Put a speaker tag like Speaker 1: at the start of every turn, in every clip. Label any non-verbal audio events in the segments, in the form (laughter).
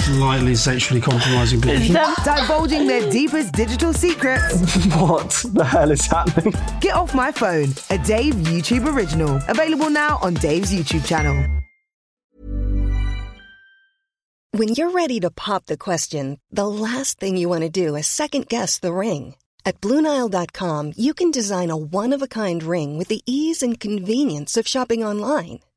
Speaker 1: Slightly sexually compromising people.
Speaker 2: Divulging their deepest digital secrets,
Speaker 3: what the hell is happening?
Speaker 2: Get Off My Phone, a Dave YouTube original. Available now on Dave's YouTube channel.
Speaker 4: When you're ready to pop the question, the last thing you want to do is second guess the ring. At Bluenile.com, you can design a one of a kind ring with the ease and convenience of shopping online.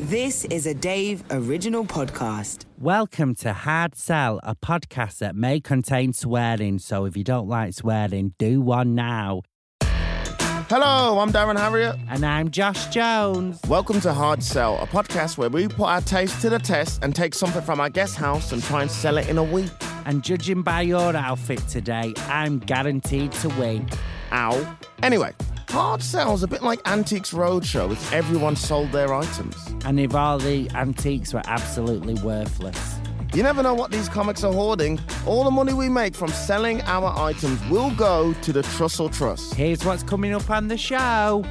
Speaker 2: This is a Dave original podcast.
Speaker 5: Welcome to Hard Sell, a podcast that may contain swearing. So if you don't like swearing, do one now.
Speaker 6: Hello, I'm Darren Harriott.
Speaker 5: And I'm Josh Jones.
Speaker 6: Welcome to Hard Sell, a podcast where we put our taste to the test and take something from our guest house and try and sell it in a week.
Speaker 5: And judging by your outfit today, I'm guaranteed to win.
Speaker 6: Ow. Anyway, Hard Sell's a bit like Antiques Roadshow if everyone sold their items.
Speaker 5: And if all the antiques were absolutely worthless.
Speaker 6: You never know what these comics are hoarding. All the money we make from selling our items will go to the Trussell Trust.
Speaker 5: Here's what's coming up on the show.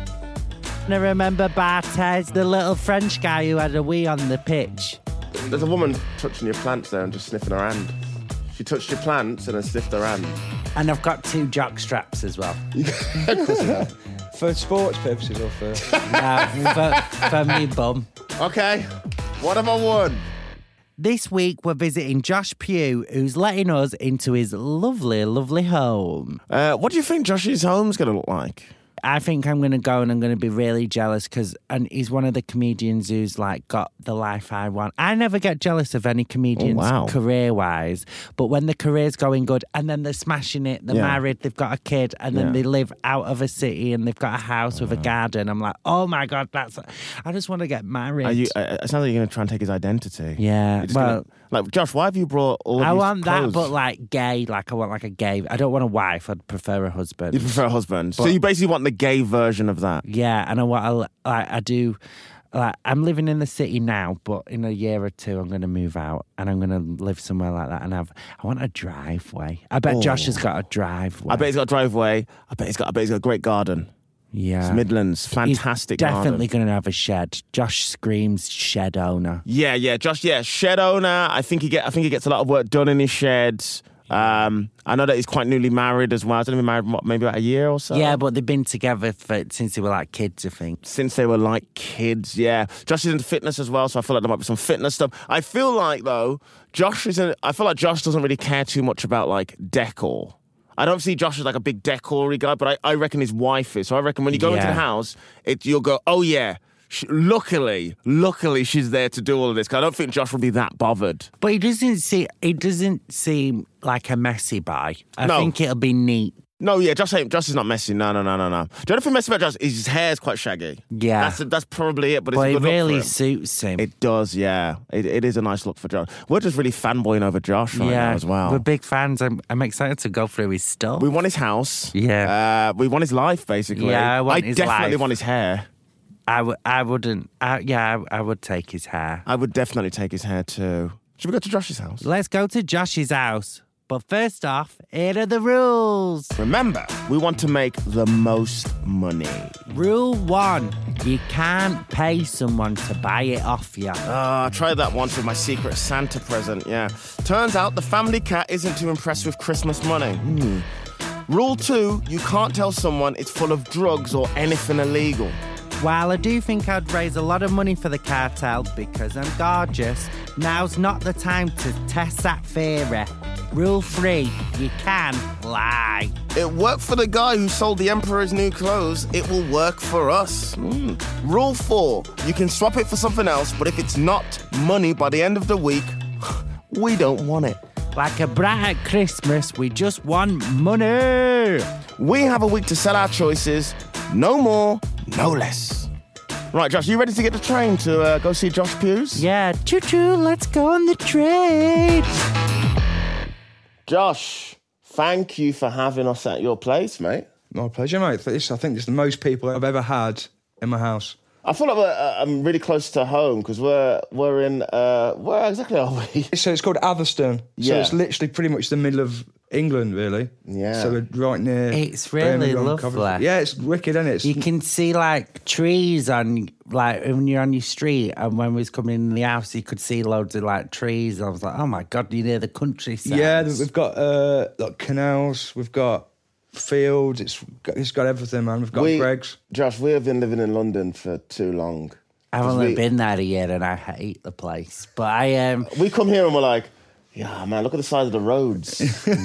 Speaker 5: And I remember Bartez, the little French guy who had a wee on the pitch.
Speaker 6: There's a woman touching your plants there and just sniffing her hand. She touched your plants and then sniffed her hand.
Speaker 5: And I've got two jock straps as well.
Speaker 3: For sports purposes or for.
Speaker 5: Uh, for, for me bum.
Speaker 6: Okay, what have I won?
Speaker 5: This week we're visiting Josh Pugh, who's letting us into his lovely, lovely home.
Speaker 6: Uh, what do you think Josh's home's going to look like?
Speaker 5: I think I'm going to go and I'm going to be really jealous because, and he's one of the comedians who's like got the life I want. I never get jealous of any comedians
Speaker 6: Oh, wow.
Speaker 5: career wise, but when the career's going good and then they're smashing it, they're
Speaker 6: Yeah.
Speaker 5: married, they've got a kid, and then
Speaker 6: Yeah.
Speaker 5: they live out of a city and they've got a house with a garden, I'm like, oh my god, that's. I just want to get married.
Speaker 6: Are you, uh, it sounds like you're going to try and take his identity.
Speaker 5: Yeah,
Speaker 6: You're just
Speaker 5: well-
Speaker 6: gonna, like Josh, why have you brought all?
Speaker 5: I
Speaker 6: these
Speaker 5: want that,
Speaker 6: clothes?
Speaker 5: but like gay. Like I want like a gay. I don't want a wife. I'd prefer a husband.
Speaker 6: (laughs) you prefer a husband. so you basically want the gay version of that.
Speaker 5: Yeah, and I want. I, like, I do. Like I'm living in the city now, but in a year or two, I'm going to move out and I'm going to live somewhere like that. And have I want a driveway. I bet Josh has got a driveway.
Speaker 6: Oh. I bet he's got a driveway. I bet he's got. I bet he's got a great garden.
Speaker 5: yeah,
Speaker 6: It's Midlands,
Speaker 5: He's
Speaker 6: fantastic.
Speaker 5: definitely
Speaker 6: garden.
Speaker 5: going to have a shed. Josh screams shed owner.
Speaker 6: Yeah, yeah, Josh. Yeah, shed owner. I think he get. I think he gets a lot of work done in his sheds. Um, I know that he's quite newly married as well. He's only been married what, maybe about a year or so.
Speaker 5: Yeah, but they've been together for since they were like kids, I think.
Speaker 6: since they were like kids. Yeah, Josh is into fitness as well, so I feel like there might be some fitness stuff. I feel like though, Josh isn't. I feel like Josh doesn't really care too much about like decor. I don't see Josh as like a big decory guy, but I, I reckon his wife is. So I reckon when you go into
Speaker 5: Yeah.
Speaker 6: the house, it you'll go, oh yeah. Sh- Luckily, luckily, she's there to do all of this. 'cause I don't think Josh will be that bothered.
Speaker 5: But he doesn't see. It doesn't seem like a messy buy. I
Speaker 6: No.
Speaker 5: think it'll be neat.
Speaker 6: No, yeah, Josh ain't. Josh is not messy. No, no, no, no, no. The only thing messy about Josh is his hair's quite shaggy.
Speaker 5: Yeah.
Speaker 6: that's that's probably it. But it's
Speaker 5: But
Speaker 6: a
Speaker 5: it
Speaker 6: good look for
Speaker 5: really
Speaker 6: him.
Speaker 5: suits him.
Speaker 6: It does, yeah. It, it is a nice look for Josh. We're just really fanboying over Josh right now as well.
Speaker 5: We're big fans. I'm, I'm excited to go through his stuff.
Speaker 6: We want his house.
Speaker 5: Yeah.
Speaker 6: Uh, we want his life, basically.
Speaker 5: Yeah, I want his
Speaker 6: definitely
Speaker 5: life.
Speaker 6: want his hair.
Speaker 5: I w- I wouldn't. I, yeah, I, I would take his hair.
Speaker 6: I would definitely take his hair too. Should we go to Josh's house?
Speaker 5: Let's go to Josh's house. But first off, here are the rules.
Speaker 6: Remember, we want to make the most money.
Speaker 5: Rule one you can't pay someone to buy it off you.
Speaker 6: Ah, I tried that once with my secret Santa present, yeah. Turns out the family cat isn't too impressed with Christmas money. Hmm. Rule two, you can't tell someone it's full of drugs or anything illegal.
Speaker 5: While I do think I'd raise a lot of money for the cartel because I'm gorgeous, now's not the time to test that theory. Rule three, you can lie.
Speaker 6: It worked for the guy who sold the Emperor's new clothes. It will work for us. Mm. Rule four you can swap it for something else, but if it's not money by the end of the week, (sighs) we don't want it.
Speaker 5: Like a brat at Christmas, we just want money.
Speaker 6: We have a week to sell our choices. No more, no less. Right, Josh, you ready to get the train to uh, go see Josh Pews?
Speaker 5: Yeah, choo choo, let's go on the train.
Speaker 6: Josh, thank you for having us at your place, mate.
Speaker 7: My pleasure, mate. This, I think, this is the most people I've ever had in my house.
Speaker 6: I feel like we're, uh, I'm really close to home because we're we're in uh, where exactly are we?
Speaker 7: So it's called Atherstone. So
Speaker 6: Yeah.
Speaker 7: it's literally pretty much the middle of England, really.
Speaker 6: Yeah.
Speaker 7: So we're right near.
Speaker 5: It's really
Speaker 7: Birmingham, Coventry.
Speaker 5: lovely.
Speaker 7: Yeah, it's wicked, isn't it?
Speaker 5: You can see like trees on like when you're on your street, and when we was coming in the house, you could see loads of like trees. I was like, oh my god, you're near the countryside.
Speaker 7: yeah, we've got uh, like canals, we've got fields. It's got, it's got everything, man. We've got Greg's.
Speaker 6: Josh, we have been living in London for too long.
Speaker 5: I've
Speaker 6: 'Cause
Speaker 5: only
Speaker 6: we-
Speaker 5: been there a year, and I hate the place. But I
Speaker 7: (laughs)
Speaker 5: um,
Speaker 6: We come here and we're like, yeah, man, look at the size of the
Speaker 7: (laughs)
Speaker 6: roads.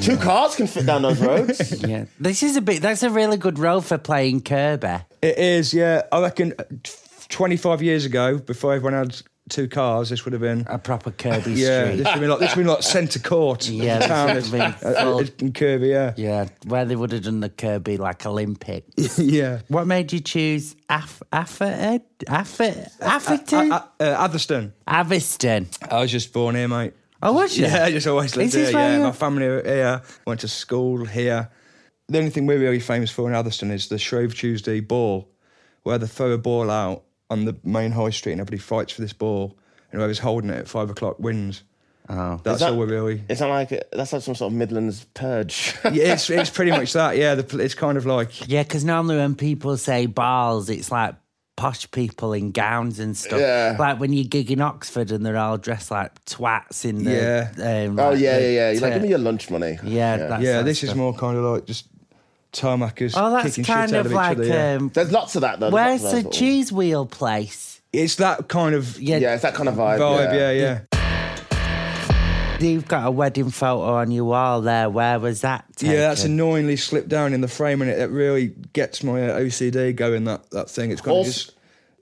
Speaker 6: Two cars can fit down those roads.
Speaker 5: yeah, this is a bit. That's a really good role for playing Kerber.
Speaker 7: It is, yeah. I reckon uh, t- 25 years ago, before everyone had two cars, this would have been.
Speaker 5: A proper Kirby
Speaker 7: (laughs) Yeah,
Speaker 5: street.
Speaker 7: this would be like this would be like centre court.
Speaker 5: (laughs) Yeah, this
Speaker 7: town
Speaker 5: would
Speaker 7: is,
Speaker 5: be
Speaker 7: uh,
Speaker 5: full.
Speaker 7: uh, in Kirby.
Speaker 6: (laughs)
Speaker 7: Yeah,
Speaker 5: Yeah, where they would have done the Kirby like
Speaker 7: (laughs)
Speaker 5: Olympics.
Speaker 7: yeah.
Speaker 5: what made you choose Af- Afford- Afford- Atherton?
Speaker 7: Uh, uh, Atherstone.
Speaker 5: Aviston.
Speaker 7: I was just born here, mate.
Speaker 5: Oh, was you?
Speaker 7: Yeah, I just always lived
Speaker 5: Is this
Speaker 7: here.
Speaker 5: where
Speaker 7: Yeah,
Speaker 5: you-
Speaker 7: my family are here. Went to school here. The only thing we're really famous for in Atherstone is the Shrove Tuesday ball, where they throw a ball out on the main high street and everybody fights for this ball, and whoever's holding it at five o'clock wins. Oh, that's
Speaker 6: that-
Speaker 7: all we're really.
Speaker 6: It's not like that's like some sort of Midlands purge. (laughs)
Speaker 7: Yeah, it's it's pretty much that. Yeah, the, pl- it's kind of like
Speaker 5: Yeah, because normally when people say balls, it's like posh people in gowns and stuff.
Speaker 6: Yeah.
Speaker 5: Like when you gig in Oxford and they're all dressed like twats in the.
Speaker 7: Yeah.
Speaker 5: Um,
Speaker 6: oh
Speaker 5: like
Speaker 6: yeah,
Speaker 5: the
Speaker 6: yeah, yeah. You're like,
Speaker 5: tur-
Speaker 6: give me your lunch money.
Speaker 5: Yeah, that's
Speaker 7: yeah.
Speaker 5: that
Speaker 7: This
Speaker 5: stuff.
Speaker 7: is more kind of like just tarmackers
Speaker 5: Oh, that's
Speaker 7: kicking
Speaker 5: kind
Speaker 7: shit out
Speaker 5: of
Speaker 7: of,
Speaker 5: like.
Speaker 7: each other. yeah.
Speaker 5: um,
Speaker 6: There's lots of that though. There's
Speaker 5: where's
Speaker 6: lots of
Speaker 5: the
Speaker 6: that.
Speaker 5: cheese wheel place?
Speaker 7: It's that kind of
Speaker 5: Yeah,
Speaker 6: Yeah, it's that kind of vibe.
Speaker 7: vibe. Yeah, yeah.
Speaker 5: You've got a wedding photo on your wall there. Where was that? Taken?
Speaker 7: Yeah, that's annoyingly slipped down in the frame, and it, it really gets my uh, OCD going. That that thing, it's kind of
Speaker 6: Also-
Speaker 7: just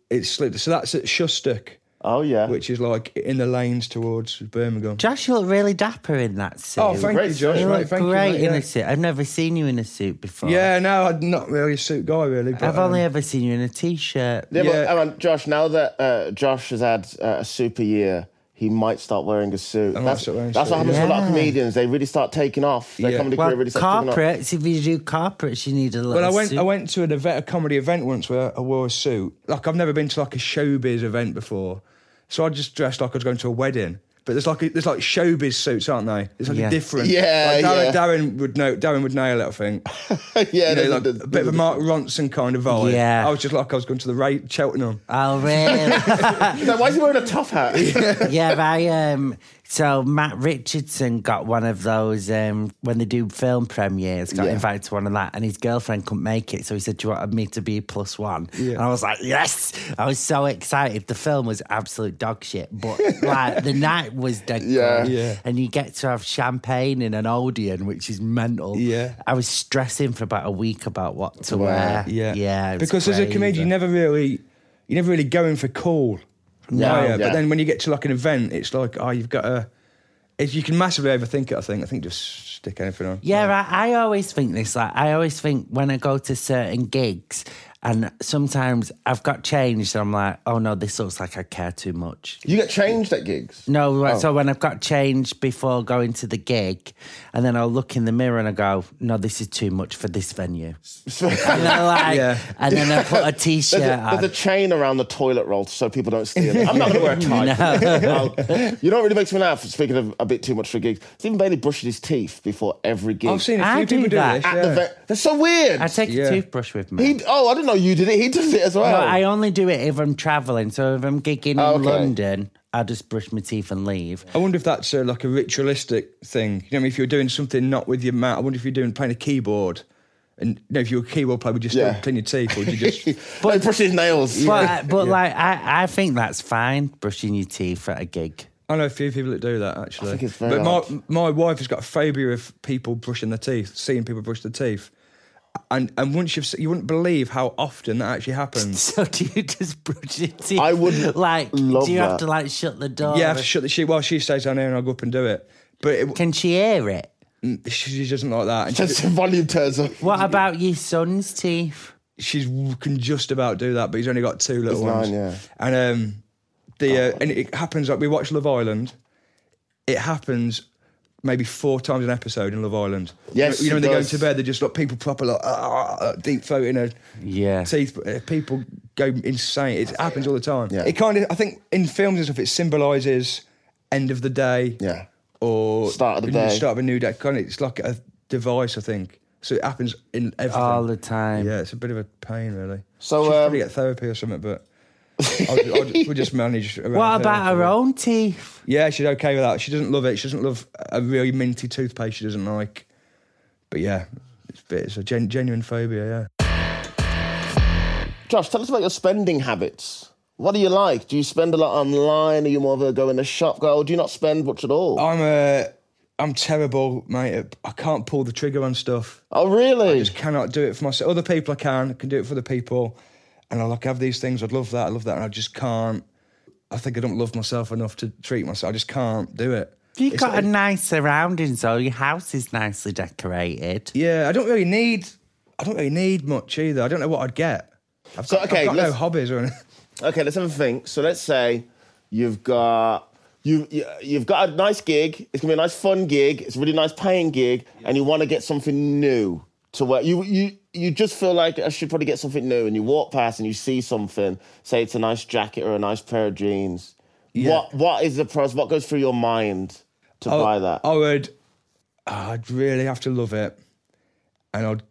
Speaker 7: it's slipped. So that's at Shustock,
Speaker 6: Oh yeah.
Speaker 7: which is like in the lanes towards Birmingham.
Speaker 5: Josh, you look really dapper in that suit.
Speaker 7: oh, thank
Speaker 6: Great
Speaker 7: you, Josh.
Speaker 5: you
Speaker 7: Mate,
Speaker 5: look
Speaker 7: thank you,
Speaker 5: great
Speaker 7: mate,
Speaker 5: in
Speaker 7: yeah.
Speaker 5: a suit. I've never seen you in a suit before.
Speaker 7: Yeah, no, I'm not really a suit guy, really. But,
Speaker 5: I've only
Speaker 7: um,
Speaker 5: ever seen you in a t-shirt.
Speaker 6: yeah, but
Speaker 7: yeah.
Speaker 6: hang on, Josh. Now that uh, Josh has had uh, a super year. He might start wearing a suit.
Speaker 7: I might
Speaker 6: That's,
Speaker 7: start wearing a
Speaker 6: that's
Speaker 7: suit,
Speaker 6: what happens to a lot of
Speaker 5: yeah.
Speaker 6: comedians. They really start taking off. Their
Speaker 7: Yeah.
Speaker 6: comedy
Speaker 5: Well,
Speaker 6: career really starts taking off.
Speaker 5: corporates. If you do corporates, you need a little.
Speaker 7: Well, I went.
Speaker 5: suit.
Speaker 7: I went to an event, a comedy event once where I wore a suit. Like I've never been to like a showbiz event before, so I just dressed like I was going to a wedding. But there's like a, there's like showbiz suits, aren't they? It's like
Speaker 5: Yeah.
Speaker 7: a different.
Speaker 6: Yeah,
Speaker 7: like Darren,
Speaker 6: yeah.
Speaker 7: Darren would know. Darren would nail it, I think.
Speaker 6: (laughs) yeah,
Speaker 7: You know,
Speaker 6: there's
Speaker 7: like
Speaker 6: there's-
Speaker 7: a bit of a Mark Ronson kind of vibe.
Speaker 5: Yeah.
Speaker 7: I was just like I was going to the Ra- Cheltenham.
Speaker 5: Oh
Speaker 7: (laughs)
Speaker 5: really?
Speaker 6: Now, why is he wearing a tough hat?
Speaker 5: yeah, but I um. So Matt Richardson got one of those um when they do film premieres. Got
Speaker 6: Yeah.
Speaker 5: invited to one of that, and his girlfriend couldn't make it, so he said, "Do you want me to be plus one?" And I was like, "Yes!" I was so excited. The film was absolute dog shit, but like the night was dead.
Speaker 6: (laughs) Yeah.
Speaker 5: good.
Speaker 7: Yeah.
Speaker 5: And you get to have champagne in an Odeon, which is mental.
Speaker 7: Yeah.
Speaker 5: I was stressing for about a week about what to wear.
Speaker 7: Yeah,
Speaker 5: yeah. it was
Speaker 7: Because as a comedian,
Speaker 5: crazy.
Speaker 7: you never really, you're never really going for cool. No,
Speaker 6: Yeah.
Speaker 7: But then when you get to like an event, it's like oh, you've got to. If you can massively overthink it, I think. I think just stick anything on.
Speaker 5: Yeah, I, I always think this. Like, I always think when I go to certain gigs, and sometimes I've got changed, and I'm like, oh no, this looks like I care too much.
Speaker 6: you Oh. get changed at gigs.
Speaker 5: No, right, so when I've got changed before going to the gig, and then I'll look in the mirror and I go, no, this is too much for this venue.
Speaker 6: (laughs)
Speaker 5: and, then like,
Speaker 7: Yeah.
Speaker 5: and then I put a t shirt
Speaker 6: There's, a,
Speaker 5: on.
Speaker 6: there's a chain around the toilet roll so people don't steal it. I'm not going to
Speaker 5: (laughs)
Speaker 6: wear a tie. Well, you know what really makes me laugh? Speaking of a bit too much for gigs, Stephen Bailey brushes his teeth before every gig.
Speaker 7: I've seen a few
Speaker 5: I do
Speaker 7: people do
Speaker 5: that.
Speaker 7: this.
Speaker 6: at
Speaker 7: Oh, yeah.
Speaker 6: the ve- That's so weird.
Speaker 5: I take
Speaker 7: Yeah.
Speaker 5: a toothbrush with me.
Speaker 6: he, oh, I (laughs) didn't know you did it. He does it as well.
Speaker 5: No, I only do it if I'm traveling. So if I'm gigging in
Speaker 6: Oh, okay.
Speaker 5: London, I'll just brush my teeth and leave.
Speaker 7: I wonder if that's uh, like a ritualistic thing. You know, what I mean, if you're doing something not with your mouth, I wonder if you're doing playing a keyboard, and you know, if you're a keyboard player, would you still
Speaker 6: Yeah.
Speaker 7: clean your teeth, or would you just?
Speaker 6: (laughs) But he brushes his nails.
Speaker 5: But, but like, I, I think that's fine, brushing your teeth at a gig. (laughs)
Speaker 7: I know a few people that do that actually.
Speaker 6: think it's very
Speaker 7: but my my wife has got a phobia of people brushing their teeth, seeing people brush their teeth, and and once you've se- you wouldn't believe how often that actually happens.
Speaker 5: So do you just brush your teeth?
Speaker 6: I would
Speaker 5: like.
Speaker 6: love
Speaker 5: do you have
Speaker 6: that.
Speaker 5: to like shut the door?
Speaker 7: yeah, I have to shut the she well she stays down here and I'll go up and do it. But it,
Speaker 5: Can she hear it?
Speaker 7: she she doesn't like that. And she,
Speaker 6: (laughs) Just the volume turns up.
Speaker 5: What about your son's teeth?
Speaker 7: she's can just about do that, but he's only got two little
Speaker 6: He's nine,
Speaker 7: ones.
Speaker 6: yeah. Oh.
Speaker 7: And um, the uh, and it happens like we watch Love Island. It happens maybe four times an episode in Love Island.
Speaker 6: Yes,
Speaker 7: you
Speaker 6: it
Speaker 7: know, when they go
Speaker 6: does.
Speaker 7: to bed, they're just like people proper like ah, ah, deep throat in her
Speaker 5: Yeah.
Speaker 7: teeth. Uh, people go insane. It happens all the time.
Speaker 6: Yeah.
Speaker 7: It kind of I think in films and stuff it symbolises end of the day.
Speaker 6: Yeah.
Speaker 7: Or
Speaker 6: Start of the day.
Speaker 7: Start of a new day. Kind of, it's like a device, I think. So it happens in everything.
Speaker 5: All the time.
Speaker 7: Yeah, it's a bit of a pain, really.
Speaker 6: So,
Speaker 7: She'll probably
Speaker 6: um,
Speaker 7: get therapy or something, but I'll, ju- I'll, ju- we'll just manage. around
Speaker 5: What about
Speaker 7: therapy.
Speaker 5: her own teeth?
Speaker 7: Yeah, she's okay with that. She doesn't love it. She doesn't love a really minty toothpaste. She doesn't like. But yeah, it's, a bit- it's a gen, genuine phobia. Yeah.
Speaker 6: Josh, tell us about your spending habits. What do you like? Do you spend a lot online? Are you more of a go in the shop girl? Do you not spend much at all?
Speaker 7: I'm a. I'm terrible, mate. at- I can't pull the trigger on stuff.
Speaker 6: oh, really?
Speaker 7: just cannot do it for myself. Other people I can, I can do it for other people. And I like have these things. I'd love that. I love that. And I just can't. I think I don't love myself enough to treat myself. I just can't do it.
Speaker 5: You
Speaker 7: It's
Speaker 5: got
Speaker 7: like-
Speaker 5: a nice surrounding, so your house is nicely decorated.
Speaker 7: Yeah, I don't really need. I don't really need much either. I don't know what I'd get. I've got,
Speaker 6: So, okay,
Speaker 7: I've got no
Speaker 6: let's- (laughs)
Speaker 7: hobbies or anything.
Speaker 6: Okay, let's have a think. So let's say you've got you, you you've got a nice gig. It's gonna be a nice fun gig. It's a really nice paying gig, and you want to get something new to where you you you just feel like I should probably get something new. And you walk past and you see something. Say it's a nice jacket or a nice pair of jeans. What what is the process? What goes through your mind to buy that?
Speaker 7: I would. oh, I'd really have to love it, and I'd.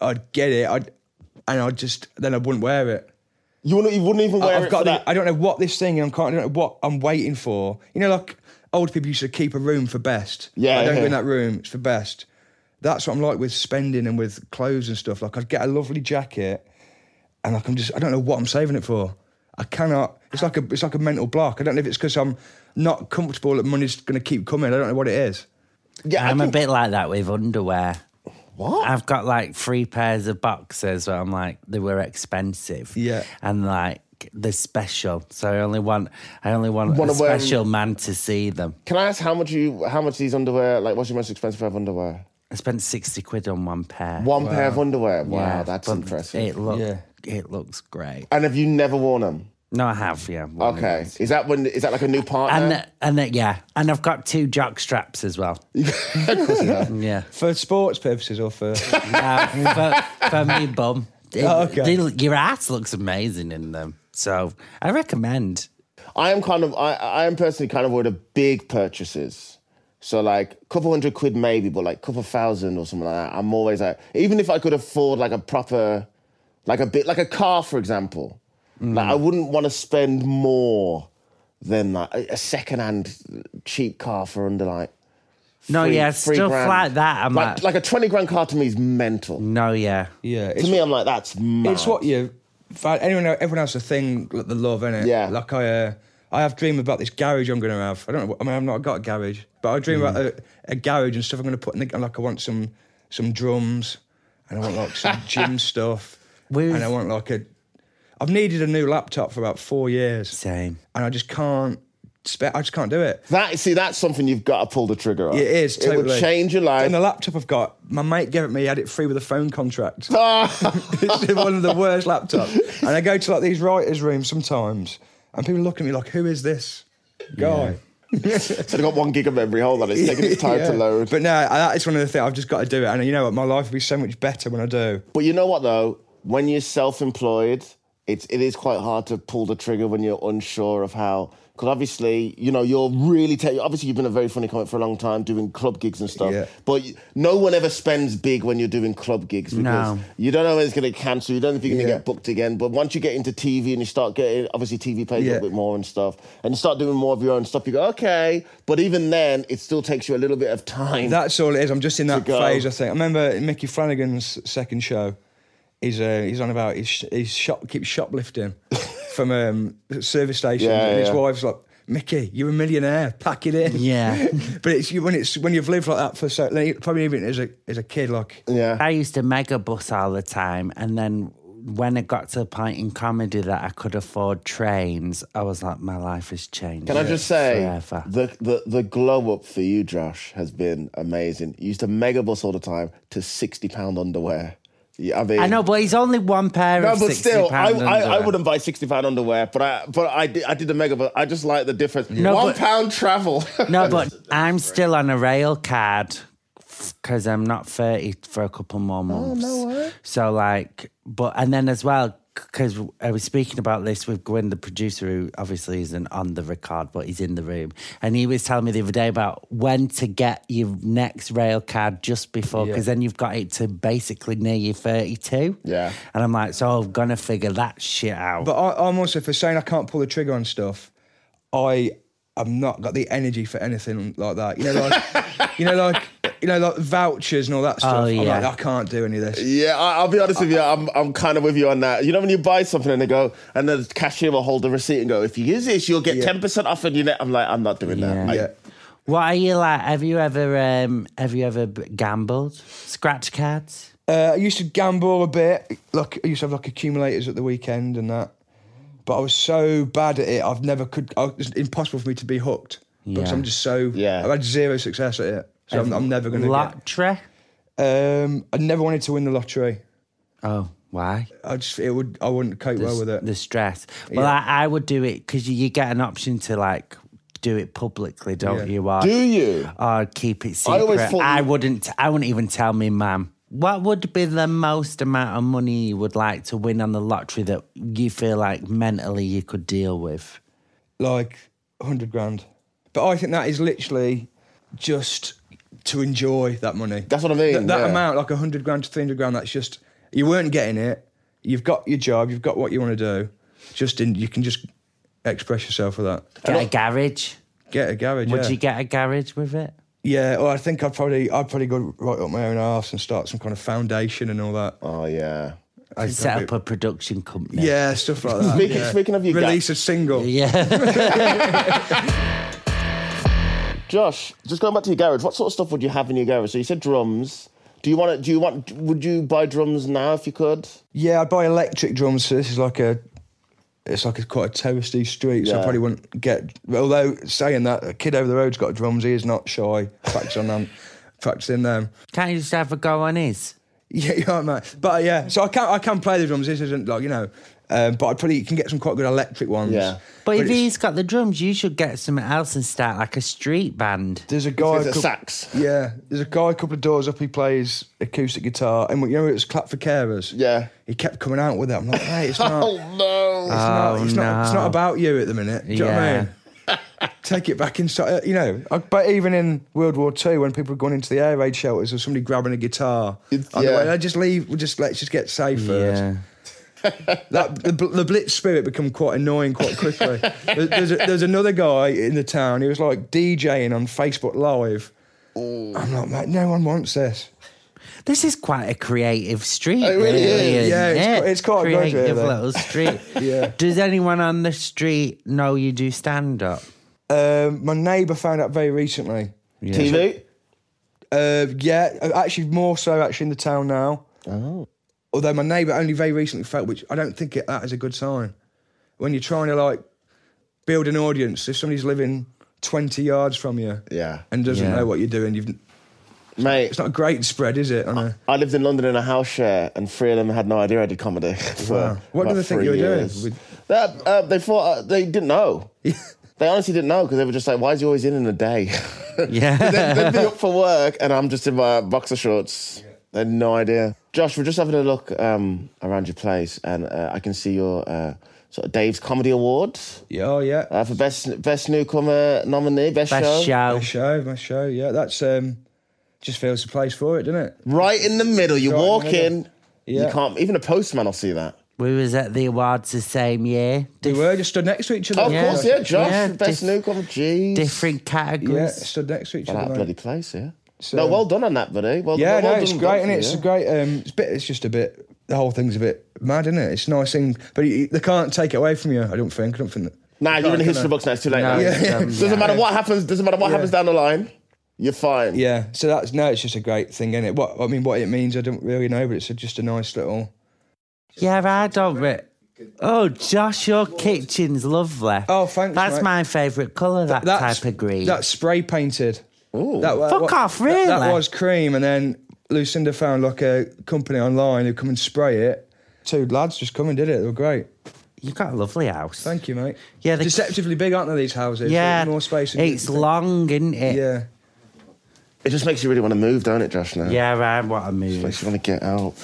Speaker 7: I'd get it. I'd, and I'd just then I wouldn't wear it.
Speaker 6: you wouldn't you wouldn't even wear
Speaker 7: I've
Speaker 6: it
Speaker 7: got.
Speaker 6: for
Speaker 7: the-
Speaker 6: that.
Speaker 7: I don't know what this thing. I'm can't. I don't know what I'm waiting for. You know, like old people used to keep a room for best.
Speaker 6: Yeah,
Speaker 7: I don't go
Speaker 6: yeah.
Speaker 7: in that room. It's for best. That's what I'm like with spending and with clothes and stuff. Like I'd get a lovely jacket, and like I'm just. I don't know what I'm saving it for. I cannot. It's like a. It's like a mental block. I don't know if it's because I'm not comfortable that money's going to keep coming. I don't know what it is.
Speaker 6: yeah, I
Speaker 5: I'm a
Speaker 6: think-
Speaker 5: bit like that with underwear.
Speaker 6: What?
Speaker 5: I've got like three pairs of boxers where I'm like, they were expensive.
Speaker 7: Yeah.
Speaker 5: And like, they're special. So I only want, I only want
Speaker 6: Wanna
Speaker 5: a
Speaker 6: wear 'em-
Speaker 5: special man to see them.
Speaker 6: Can I ask how much you how much these underwear like what's your most expensive pair of underwear?
Speaker 5: I spent 60 quid on one pair.
Speaker 6: One pair of underwear. Wow,
Speaker 5: Yeah,
Speaker 6: that's
Speaker 5: but
Speaker 6: impressive.
Speaker 5: It look,
Speaker 7: Yeah.
Speaker 5: it looks great.
Speaker 6: And have you never worn them?
Speaker 5: No, I have, yeah. one of
Speaker 6: Okay.
Speaker 5: those.
Speaker 6: Is that when? Is that like a new partner?
Speaker 5: And the, and the, yeah, and I've got two jock straps as
Speaker 6: (laughs)
Speaker 5: well. yeah,
Speaker 7: For sports purposes or for. (laughs)
Speaker 5: Uh, for, for me
Speaker 6: (laughs)
Speaker 5: bum. It-
Speaker 7: Oh, okay.
Speaker 5: they- your ass looks amazing in them, so I recommend.
Speaker 6: I am kind of. I, I am personally kind of worried of big purchases. So like a couple hundred quid maybe, but like couple thousand or something like that. I'm always like, even if I could afford like a proper, like a bit like a car for example,
Speaker 5: Mm.
Speaker 6: like I wouldn't want to spend more than like a, a second-hand cheap car for under like.
Speaker 5: No,
Speaker 6: three-
Speaker 5: yeah,
Speaker 6: three
Speaker 5: stuff
Speaker 6: grand.
Speaker 5: like that. I'm
Speaker 6: like,
Speaker 5: like, Mm.
Speaker 6: like a twenty grand car to me is mental.
Speaker 5: no, yeah,
Speaker 7: yeah.
Speaker 6: to
Speaker 7: It's,
Speaker 6: me, I'm like that's mad.
Speaker 7: it's what you. Anyone, everyone has a thing like the love, innit?
Speaker 6: Yeah.
Speaker 7: Like I, uh, I have dreamed about this garage I'm going to have. I don't know. I mean, I've not got a garage, but I dream about
Speaker 6: Mm.
Speaker 7: a, a garage and stuff I'm going to put in. The, like I want some some drums, and I want like some
Speaker 6: (laughs)
Speaker 7: gym stuff,
Speaker 5: Where's-
Speaker 7: and I want like a. I've needed a new laptop for about four years,
Speaker 5: same.
Speaker 7: and I just can't. Spe- I just can't do it.
Speaker 6: That see, that's something you've got to pull the trigger on.
Speaker 7: It is totally.
Speaker 6: It would change your life.
Speaker 7: And
Speaker 6: (laughs)
Speaker 7: the laptop I've got, my mate gave it me. Had it free with a phone contract.
Speaker 6: Ah! (laughs)
Speaker 7: it's one of the worst laptops. And I go to like these writers' rooms sometimes, and people look at me like, "Who is this guy?"
Speaker 6: so they got one gig of memory. Hold on, it's taking its time
Speaker 7: (laughs) Yeah.
Speaker 6: to load.
Speaker 7: But
Speaker 6: But,
Speaker 7: no, that is one of the things I've just got to do it. And you know what? My life will be so much better when I do.
Speaker 6: you know what though? When you're self-employed, it's it is quite hard to pull the trigger when you're unsure of how. because obviously, you know, you're really ta- obviously you've been a very funny comic for a long time doing club gigs and stuff.
Speaker 7: Yeah.
Speaker 6: But y- no one ever spends big when you're doing club gigs because
Speaker 5: No.
Speaker 6: you don't know when it's going to cancel. You don't know if you're going to
Speaker 7: Yeah.
Speaker 6: get booked again. But once you get into TV and you start getting obviously TV pays a
Speaker 7: Yeah.
Speaker 6: little bit more and stuff, and you start doing more of your own stuff, you go okay. But even then, it still takes you a little bit of time.
Speaker 7: That's all it is. I'm just in that
Speaker 6: go.
Speaker 7: phase. I think. I remember Mickey Flanagan's second show. He's uh, he's on about he's he's shop keeps
Speaker 6: (laughs)
Speaker 7: shoplifting from um, service stations,
Speaker 6: Yeah,
Speaker 7: and his
Speaker 6: yeah.
Speaker 7: wife's like. Mickey, you're a millionaire. Pack it in.
Speaker 5: Yeah.
Speaker 7: (laughs) but it's you when it's when you've lived like that for so like, probably even as a as a kid, like
Speaker 6: yeah.
Speaker 5: I used to mega bus all the time, and then when it got to a point in comedy that I could afford trains, I was like, my life has changed.
Speaker 6: Can I just say
Speaker 5: forever.
Speaker 6: the, the the glow up for you, Josh, has been amazing. You used to mega bus all the time to sixty pound underwear. Yeah, I mean,
Speaker 5: I know, but he's only one pair
Speaker 6: No,
Speaker 5: of
Speaker 6: but
Speaker 5: 60
Speaker 6: still, I,
Speaker 5: pound
Speaker 6: I, I
Speaker 5: underwear.
Speaker 6: wouldn't buy sixty pound underwear, but I but I did, I did the mega bus. I just like the difference.
Speaker 5: No,
Speaker 6: One
Speaker 5: but-
Speaker 6: pound travel. (laughs)
Speaker 5: No, but I'm still on a rail card because I'm not 30 for a couple more months. Oh, no way. So, like, but, and then as well, because I was speaking about this with Gwyn, the producer, who obviously isn't on the record, but he's in the room. And he was telling me the other day about when to get your next rail card just before, because then you've got it to basically near your 32.
Speaker 6: Yeah.
Speaker 5: And I'm like, so I'm going to figure that shit out.
Speaker 7: But I, I'm also for saying I can't pull the trigger on stuff. I have not got the energy for anything like that. You know, like you know, like you know, like vouchers and all that stuff.
Speaker 5: Oh,
Speaker 7: I'm like,
Speaker 5: yeah.
Speaker 7: I can't do any of this.
Speaker 6: yeah, I, I'll be honest with you. I'm I'm kind of with you on that. You know when you buy something and they go and the cashier will hold the receipt and go, if you use this, you'll get
Speaker 7: Yeah.
Speaker 6: ten percent off. And you net. I'm like, I'm not doing that. I-
Speaker 7: Yeah.
Speaker 5: what are you like? Have you ever, um, have you ever b- gambled? Scratch cards?
Speaker 7: Uh, I used to gamble a bit. Like I used to have like accumulators at the weekend and that. But I was so bad at it. I've never could. I, it's impossible for me to be hooked. Because
Speaker 5: Yeah.
Speaker 7: I'm just so.
Speaker 6: Yeah.
Speaker 7: I've had zero success at it. So I'm, I'm never going to.
Speaker 5: Lottery?
Speaker 7: Get, um, I never wanted to win the lottery.
Speaker 5: Oh, why?
Speaker 7: I just it would. I wouldn't cope well with it.
Speaker 5: The stress. Well, I, I would do it because you, you get an option to like do it publicly, don't
Speaker 7: Yeah.
Speaker 5: you? Or,
Speaker 6: Do you?
Speaker 5: Or keep it secret.
Speaker 6: I
Speaker 5: I,
Speaker 6: always thought you-
Speaker 5: wouldn't. I wouldn't even tell me, mum. What would be the most amount of money you would like to win on the lottery that you feel like mentally you could deal with?
Speaker 7: like 100 grand. But I think that is literally just to enjoy that money.
Speaker 6: That's what I mean,
Speaker 7: Th- that
Speaker 6: yeah.
Speaker 7: amount, like 100 grand to 300 grand, that's just, you weren't getting it. You've got your job, you've got what you want to do. Just in, you can just express yourself with that.
Speaker 5: Get a garage?
Speaker 7: Get a garage.
Speaker 5: Would
Speaker 7: yeah.
Speaker 5: you get a garage with it?
Speaker 7: yeah, well, I think I'd probably, I'd probably go right up my own arse and start some kind of foundation and all that.
Speaker 6: Oh yeah.
Speaker 5: set up a production company.
Speaker 7: Yeah, stuff like that.
Speaker 6: Speaking-
Speaker 7: yeah.
Speaker 6: speaking of your
Speaker 7: release
Speaker 6: ga-
Speaker 7: a single.
Speaker 5: Yeah.
Speaker 6: Josh, just going back to your garage, what sort of stuff would you have in your garage? So you said drums. Do you want to, do you want, would you buy drums now if you could?
Speaker 7: Yeah, I buy electric drums, so this is like a, it's like a quite a touristy street, so
Speaker 6: Yeah.
Speaker 7: I probably wouldn't get. Although saying that, a kid over the road's got drums. He is not shy. Practice on um, (laughs) them, practicing them.
Speaker 5: Can't you just have a go on his?
Speaker 7: Yeah, you are, mate. But uh, yeah, so I can I can play the drums. This isn't like you know, um, but I probably you can get some quite good electric ones.
Speaker 6: Yeah.
Speaker 5: But, if
Speaker 7: it's-
Speaker 5: he's got the drums, you should get something else and start like a street band.
Speaker 7: there's a guy.
Speaker 6: It's a
Speaker 7: cou-
Speaker 6: sax.
Speaker 7: Yeah, there's a guy a couple of doors up. He plays acoustic guitar, and you know it was clap for carers.
Speaker 6: Yeah.
Speaker 7: he kept coming out with it. I'm like, hey,
Speaker 6: (laughs)
Speaker 7: it's
Speaker 6: (laughs)
Speaker 7: not.
Speaker 6: Oh no.
Speaker 7: It's, not,
Speaker 5: Oh,
Speaker 7: it's, not, it's
Speaker 5: no.
Speaker 7: not about you at the minute. Do you know what I
Speaker 5: Yeah. (laughs)
Speaker 7: mean? Take it back inside. uh, You know, I- but even in World War II, when people were going into the air raid shelters or somebody grabbing a guitar,
Speaker 6: It's-
Speaker 7: on the
Speaker 6: yeah.
Speaker 7: way, they just leave. We'll just let's just get safe first. That the, bl- the blitz spirit become quite annoying
Speaker 5: (laughs)
Speaker 7: quite quickly. There- there's, a, there's another guy in the town. He was like DJing on Facebook Live. I'm like, mate, no one
Speaker 5: (laughs)
Speaker 7: wants this.
Speaker 5: This is quite a creative street.
Speaker 6: It really is.
Speaker 5: isn't
Speaker 7: Yeah, it's
Speaker 5: it?
Speaker 7: qu- it's quite good,
Speaker 5: creative
Speaker 7: really.
Speaker 5: little street.
Speaker 7: (laughs) Yeah.
Speaker 5: Does anyone on the street know you do stand
Speaker 7: (laughs)
Speaker 5: up?
Speaker 7: Um, my neighbour found out very recently.
Speaker 6: TV?
Speaker 7: Uh, yeah, uh, actually more so actually in the town now. Oh. Although my neighbour only very recently felt, which I don't think it, that is a good sign. When you're trying to like build an audience, if somebody's living 20 yards from you,
Speaker 6: Yeah.
Speaker 7: and doesn't
Speaker 5: Yeah.
Speaker 7: know what you're doing, you've
Speaker 6: Mate,
Speaker 7: it's uh, not a great spread, is it? I know.
Speaker 6: I lived in London in a house share, and three of them had no idea I did comedy. (laughs) For
Speaker 7: Wow. What
Speaker 6: about
Speaker 7: did they think
Speaker 6: three
Speaker 7: you were doing?
Speaker 6: years.
Speaker 7: With-
Speaker 6: That, uh, they thought uh, they didn't
Speaker 7: (laughs)
Speaker 6: know. they honestly didn't know because they were just like, "Why is he always in in a day?" (laughs)
Speaker 5: Yeah.
Speaker 7: (laughs)
Speaker 6: they'd, they'd be up for work, and I'm just in my boxer shorts. I had no idea. Josh, we're just having a look um, around your place, and uh, I can see your uh, sort of Dave's Comedy Awards
Speaker 7: Yeah, oh, yeah.
Speaker 6: uh, for best best newcomer nominee, best,
Speaker 5: Best show.
Speaker 7: my show, my show. Yeah, that's um, just feels the place for it, doesn't it?
Speaker 6: Right in the middle, you
Speaker 7: Right in the
Speaker 6: walk
Speaker 7: middle.
Speaker 6: in. You
Speaker 7: Yeah.
Speaker 6: can't even a postman will see that.
Speaker 5: We was at the awards the same year.
Speaker 7: We
Speaker 5: Dif-
Speaker 7: were just stood next to each other.
Speaker 6: Oh,
Speaker 5: Yeah.
Speaker 6: of course, yeah, Josh,
Speaker 5: Yeah,
Speaker 6: best
Speaker 5: diff-
Speaker 6: newcomer. Jeez,
Speaker 5: different
Speaker 7: Yeah, (laughs)
Speaker 5: categories.
Speaker 7: stood next to each
Speaker 6: Well,
Speaker 7: other.
Speaker 6: that
Speaker 7: mate.
Speaker 6: bloody place, yeah.
Speaker 7: So-
Speaker 6: no, well done on that, buddy. Well,
Speaker 7: Yeah,
Speaker 6: well, well
Speaker 7: no, it's
Speaker 6: done
Speaker 7: great,
Speaker 6: both
Speaker 7: and
Speaker 6: of
Speaker 7: it's
Speaker 6: you.
Speaker 7: a great. Um, it's a bit. It's just a bit. The whole thing's a bit mad, isn't it? It's a nice thing, but you, they can't take it away from you. I don't think. I don't think that.
Speaker 6: Nah, you're in the
Speaker 7: can't,
Speaker 6: history
Speaker 7: can I?
Speaker 6: books now. It's too late.
Speaker 5: No,
Speaker 6: now.
Speaker 5: it's, um,
Speaker 6: doesn't
Speaker 5: yeah.
Speaker 6: matter what happens. Doesn't matter what happens down the line. You're fine.
Speaker 7: Yeah, so that's no. It's just a great thing, isn't it? What I mean, what it means, I don't really know, but it's a, just a nice little.
Speaker 5: Yeah, I don't. Re- oh, Josh, your kitchen's lovely.
Speaker 7: Oh, thanks,
Speaker 5: That's
Speaker 7: mate.
Speaker 5: my favourite colour. That
Speaker 7: That's-
Speaker 5: type of green.
Speaker 7: That's spray painted.
Speaker 6: Ooh.
Speaker 7: That, wa-
Speaker 5: Fuck
Speaker 7: wa-
Speaker 5: off,
Speaker 7: that- That,
Speaker 5: really?
Speaker 7: was cream, and then Lucinda found like a company online who come and spray it. Two lads just come and did it. They were great.
Speaker 5: You've got a lovely house.
Speaker 7: Thank you, mate.
Speaker 5: Yeah, they-
Speaker 7: deceptively big, aren't they? These houses.
Speaker 5: Yeah,
Speaker 7: more space. than you
Speaker 5: It's
Speaker 7: think.
Speaker 5: long, isn't it?
Speaker 7: Yeah.
Speaker 6: It just makes you really want to move, don't it, Josh? Now.
Speaker 5: Yeah, I want to move.
Speaker 6: Makes you want to get
Speaker 7: (laughs)
Speaker 6: out.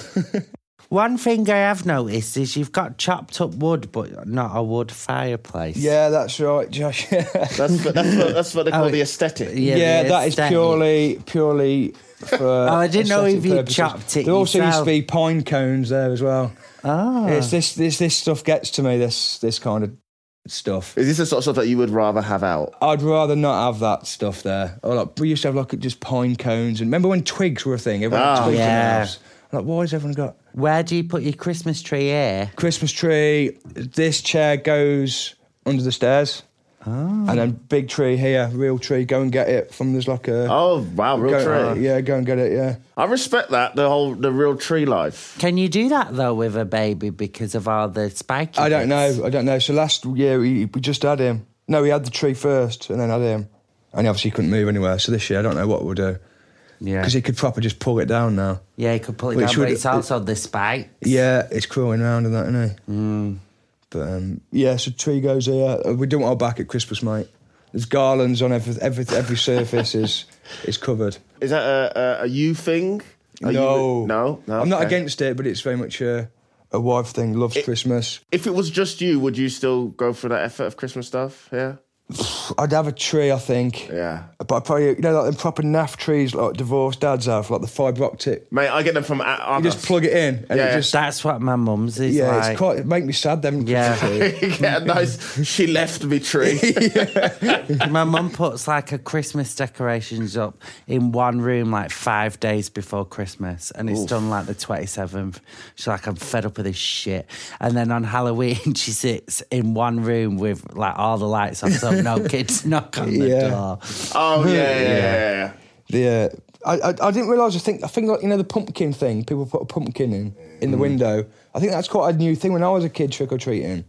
Speaker 5: One thing I have noticed is you've got chopped up wood, but not a wood fireplace.
Speaker 7: Yeah, that's right, Josh. (laughs) yeah,
Speaker 6: That's what, that's what, that's what they call
Speaker 5: Oh,
Speaker 6: the aesthetic.
Speaker 5: the
Speaker 7: that is
Speaker 5: aesthetic.
Speaker 7: purely purely
Speaker 5: (laughs)
Speaker 7: for. oh,
Speaker 5: I didn't know if you chopped it
Speaker 7: There also used
Speaker 5: yourself.
Speaker 7: to be pine cones there as well. Ah. It's this this this stuff gets to me. This this kind of stuff.
Speaker 6: Is this the sort of stuff that you would rather have out?
Speaker 7: I'd rather not have that stuff there. Or like we used to have like just pine cones and remember when twigs were a thing? Everyone had
Speaker 6: Ah.
Speaker 7: twigs in
Speaker 5: Yeah.
Speaker 7: the house. Like, why has everyone got
Speaker 5: Where do you put your Christmas tree here?
Speaker 7: Christmas tree? This chair goes under the stairs. And then big tree here, real tree. Go and get it from there's like a
Speaker 6: Oh wow, real
Speaker 7: go, uh,
Speaker 6: tree.
Speaker 7: yeah, go and get it. Yeah,
Speaker 6: I respect that the whole the real tree life.
Speaker 5: Can you do that though with a baby because of all the spiky?
Speaker 7: I don't
Speaker 5: bits?
Speaker 7: know. I don't know. So last year we, we just had him. No, we had the tree first and then had him. And he obviously couldn't move anywhere. So this year I don't know what we'll do
Speaker 5: Yeah,
Speaker 7: because he could proper just pull it down now.
Speaker 5: yeah, you could pull it
Speaker 7: Which
Speaker 5: down, but
Speaker 7: would-
Speaker 5: it's also the spike.
Speaker 7: Yeah, it's crawling around and that, isn't it? Mm. But um, yeah, so tree goes here. Uh, We don't want our back at Christmas, mate. There's garlands on every every, every
Speaker 6: (laughs)
Speaker 7: surface is is covered.
Speaker 6: Is that a, a, a you thing? Are you-
Speaker 7: no,
Speaker 6: no, no.
Speaker 7: I'm not
Speaker 6: okay.
Speaker 7: against it, but it's very much a, a wife thing. Loves Christmas.
Speaker 6: If it was just you, would you still go for that effort of Christmas stuff? Yeah,
Speaker 7: I'd have a tree, I think.
Speaker 6: yeah.
Speaker 7: But I probably, you know, like the proper naff trees like divorced dads have, like the fibre optic.
Speaker 6: Mate, I get them from. Ar-
Speaker 7: You just plug it in and
Speaker 6: Yeah.
Speaker 7: it just.
Speaker 5: That's what my mum's is
Speaker 7: yeah,
Speaker 5: like.
Speaker 7: it's quite. It make me sad them. (laughs)
Speaker 5: Yeah.
Speaker 6: (laughs) you get a nice. she left me tree.
Speaker 5: my mum puts like a Christmas decorations up in one room like five days before Christmas, and it's done like the twenty seventh. She's like, I'm fed up with this shit. And then on Halloween, (laughs) she sits in one room with like all the lights off, so
Speaker 6: (laughs)
Speaker 5: no kids knock on the
Speaker 7: Yeah.
Speaker 5: door.
Speaker 6: oh yeah, yeah, yeah. yeah, yeah.
Speaker 7: The uh, I, I I didn't realise. I think I think like you know the pumpkin thing. People put a pumpkin in in the window. I think that's quite a new thing. When I was a kid, trick or treating,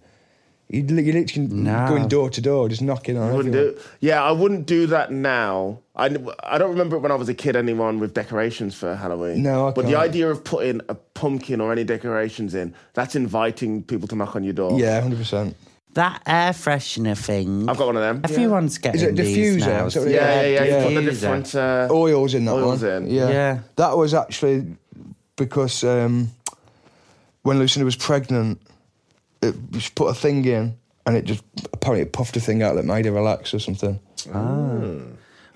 Speaker 7: you li- you literally
Speaker 5: No.
Speaker 7: going door to door, just knocking on.
Speaker 6: I wouldn't
Speaker 7: everyone.
Speaker 6: do. Yeah, I wouldn't do that now. I, I don't remember when I was a kid anyone with decorations for Halloween.
Speaker 7: No, I
Speaker 6: but the
Speaker 7: can't.
Speaker 6: idea of putting a pumpkin or any decorations in that's inviting people to knock on your door.
Speaker 7: Yeah, hundred percent.
Speaker 5: That air freshener thing.
Speaker 6: I've got one of them.
Speaker 5: Everyone's
Speaker 7: Is
Speaker 5: getting
Speaker 7: it
Speaker 5: these
Speaker 7: diffuser?
Speaker 5: now.
Speaker 7: Is that what it
Speaker 6: Yeah, yeah, yeah.
Speaker 7: Yeah.
Speaker 6: You put the
Speaker 5: Diffuser.
Speaker 6: different uh,
Speaker 7: Oils in that
Speaker 6: oils
Speaker 7: one.
Speaker 6: in.
Speaker 7: Yeah.
Speaker 5: Yeah.
Speaker 7: that was actually because um, when Lucinda was pregnant, it, she put a thing in, and it just apparently it puffed a thing out that made her relax or something.
Speaker 5: Ah.
Speaker 6: hmm.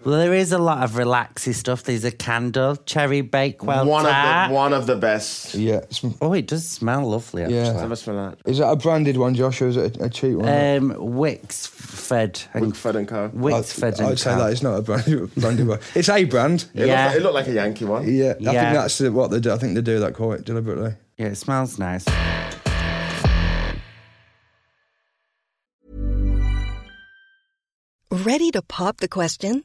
Speaker 5: Well, there is a lot of relaxy stuff. There's a candle, cherry bakewell
Speaker 6: one
Speaker 5: tart.
Speaker 6: of the one of the best.
Speaker 7: Yeah, it's,
Speaker 5: Oh, it does smell lovely. Actually.
Speaker 7: Yeah.
Speaker 6: Never smell that.
Speaker 7: is that a branded one, Josh, or is it a, a cheap one?
Speaker 5: Um, Wixford. and-
Speaker 6: Wickford and Co.
Speaker 5: Wixford
Speaker 7: I'd
Speaker 5: and
Speaker 7: say
Speaker 5: Co.
Speaker 7: that it's not a brand, (laughs) branded one. It's a brand.
Speaker 6: It,
Speaker 5: Yeah.
Speaker 6: looked like, it looked like a Yankee one.
Speaker 7: Yeah, I
Speaker 5: Yeah.
Speaker 7: think that's the- what they do. I think they do that quite deliberately.
Speaker 5: Yeah, it smells nice.
Speaker 8: Ready to pop the question?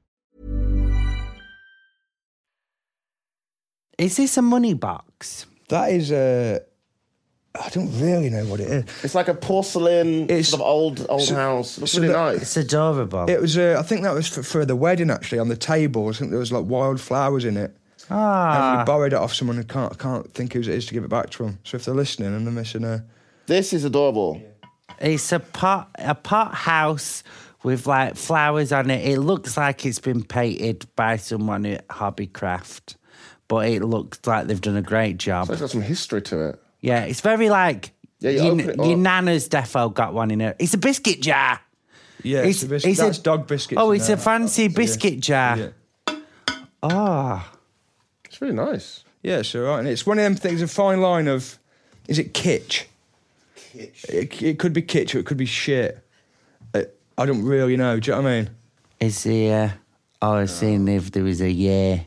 Speaker 5: Is this a money box?
Speaker 7: That is a. I don't really know what it is.
Speaker 6: It's like a porcelain
Speaker 7: It's-
Speaker 6: sort of old old house. Looks really
Speaker 7: that-
Speaker 6: nice.
Speaker 5: It's adorable.
Speaker 7: It was. Uh, I think that was for, for the wedding actually. On the table, I think there was like wildflowers in it. And we
Speaker 5: ah,
Speaker 7: borrowed it off someone who can't can't think who it is to give it back to them. So if they're listening and they're missing a,
Speaker 6: This is adorable.
Speaker 5: it's a pot, a pot house with like flowers on it. It looks like it's been painted by someone at Hobbycraft, but it looks like they've done a great job.
Speaker 6: It's got some history to it.
Speaker 5: Yeah, it's very like
Speaker 6: Yeah, you
Speaker 5: your,
Speaker 6: open it
Speaker 5: your
Speaker 6: up.
Speaker 5: nana's defo got one in her. It's a biscuit jar.
Speaker 7: yeah, it's, a, biscuit, that's dog biscuits.
Speaker 5: Oh,
Speaker 7: in
Speaker 5: it's
Speaker 7: there.
Speaker 5: a fancy biscuit jar.
Speaker 7: Yeah.
Speaker 6: It's really nice.
Speaker 7: Yeah, it's all right. And it's one of them things, a fine line of, is it kitsch? Kitsch. It, it could be kitsch or it could be shit. It, I don't really know. Do you know what I mean?
Speaker 5: Is there? Oh, I was seeing if there was a year.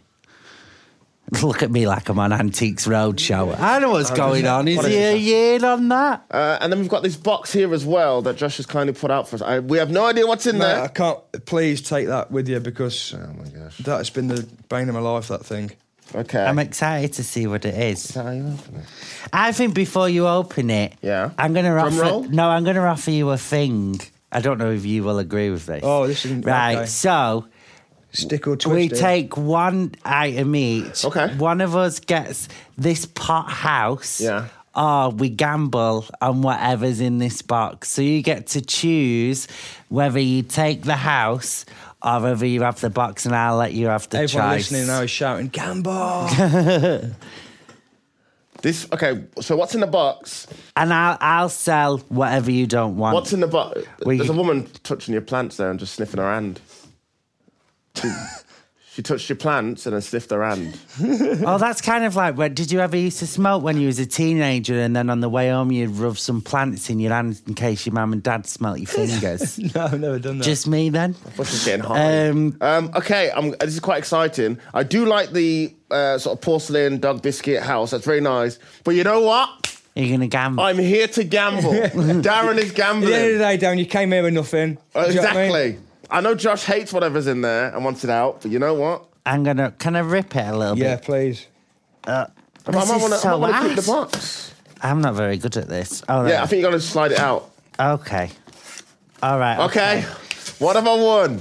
Speaker 5: (laughs) Look at me like I'm on Antiques Roadshow. I know what's going on. Is
Speaker 6: Oh, What is
Speaker 5: there a
Speaker 6: it?
Speaker 5: year on that?
Speaker 6: Uh, and then we've got this box here as well that Josh has kindly put out for us. I, we have no idea what's in
Speaker 7: No, I
Speaker 6: there.
Speaker 7: can't. Please take that with you because
Speaker 6: Oh,
Speaker 7: that's been the bane of my life, that thing.
Speaker 6: Okay.
Speaker 5: I'm excited to see what it is.
Speaker 6: Is that how you open it?
Speaker 5: I think before you open it,
Speaker 6: Yeah.
Speaker 5: I'm gonna
Speaker 6: Drum
Speaker 5: offer.
Speaker 6: roll?
Speaker 5: No, I'm gonna offer you a thing. I don't know if you will agree with this.
Speaker 7: Oh, this isn't-
Speaker 5: right.
Speaker 7: okay.
Speaker 5: So
Speaker 7: Stick or twist
Speaker 5: we
Speaker 7: it.
Speaker 5: take one item each.
Speaker 6: Okay.
Speaker 5: One of us gets this pot house.
Speaker 6: Yeah.
Speaker 5: Or we gamble on whatever's in this box. So you get to choose whether you take the house or whether you have the box, and I'll let you have the
Speaker 7: Everyone
Speaker 5: choice.
Speaker 7: listening now is
Speaker 5: (laughs)
Speaker 7: shouting, Gamble!
Speaker 6: This okay. So what's in the box?
Speaker 5: And I'll I'll sell whatever you don't want.
Speaker 6: What's in the box?
Speaker 5: We-
Speaker 6: There's a woman touching your plants there and just sniffing her hand. She, (laughs) she touched your plants and then sniffed her hand.
Speaker 5: Oh, that's kind of like. What, did you ever used to smoke when you was a teenager, and then on the way home you'd rub some plants in your hand in case your mum and dad smelt
Speaker 6: (laughs)
Speaker 5: your fingers?
Speaker 7: no, I've never done that.
Speaker 5: Just me then.
Speaker 6: Bush is getting hot.
Speaker 5: Um,
Speaker 6: Um, okay, I'm, this is quite exciting. I do like the uh, sort of porcelain dog biscuit house. That's very nice. But you know what?
Speaker 5: You're gonna gamble.
Speaker 6: I'm here to gamble. Darren is
Speaker 7: At the end of the
Speaker 6: gambling.
Speaker 7: day, Dan, you came here with nothing. Do
Speaker 6: Uh,
Speaker 7: you know what I mean?
Speaker 6: exactly. I know Josh hates whatever's in there and wants it out, but you know what?
Speaker 5: I'm gonna. Can I rip it a little
Speaker 7: Yeah,
Speaker 5: bit?
Speaker 7: please.
Speaker 6: I
Speaker 5: This
Speaker 6: might
Speaker 5: is
Speaker 6: wanna- I
Speaker 5: so
Speaker 6: might want to keep
Speaker 5: nice.
Speaker 6: the box.
Speaker 5: I'm not very good at this. Oh,
Speaker 6: Yeah, I think you got to slide it out.
Speaker 5: okay. All right.
Speaker 6: Okay, what have I won?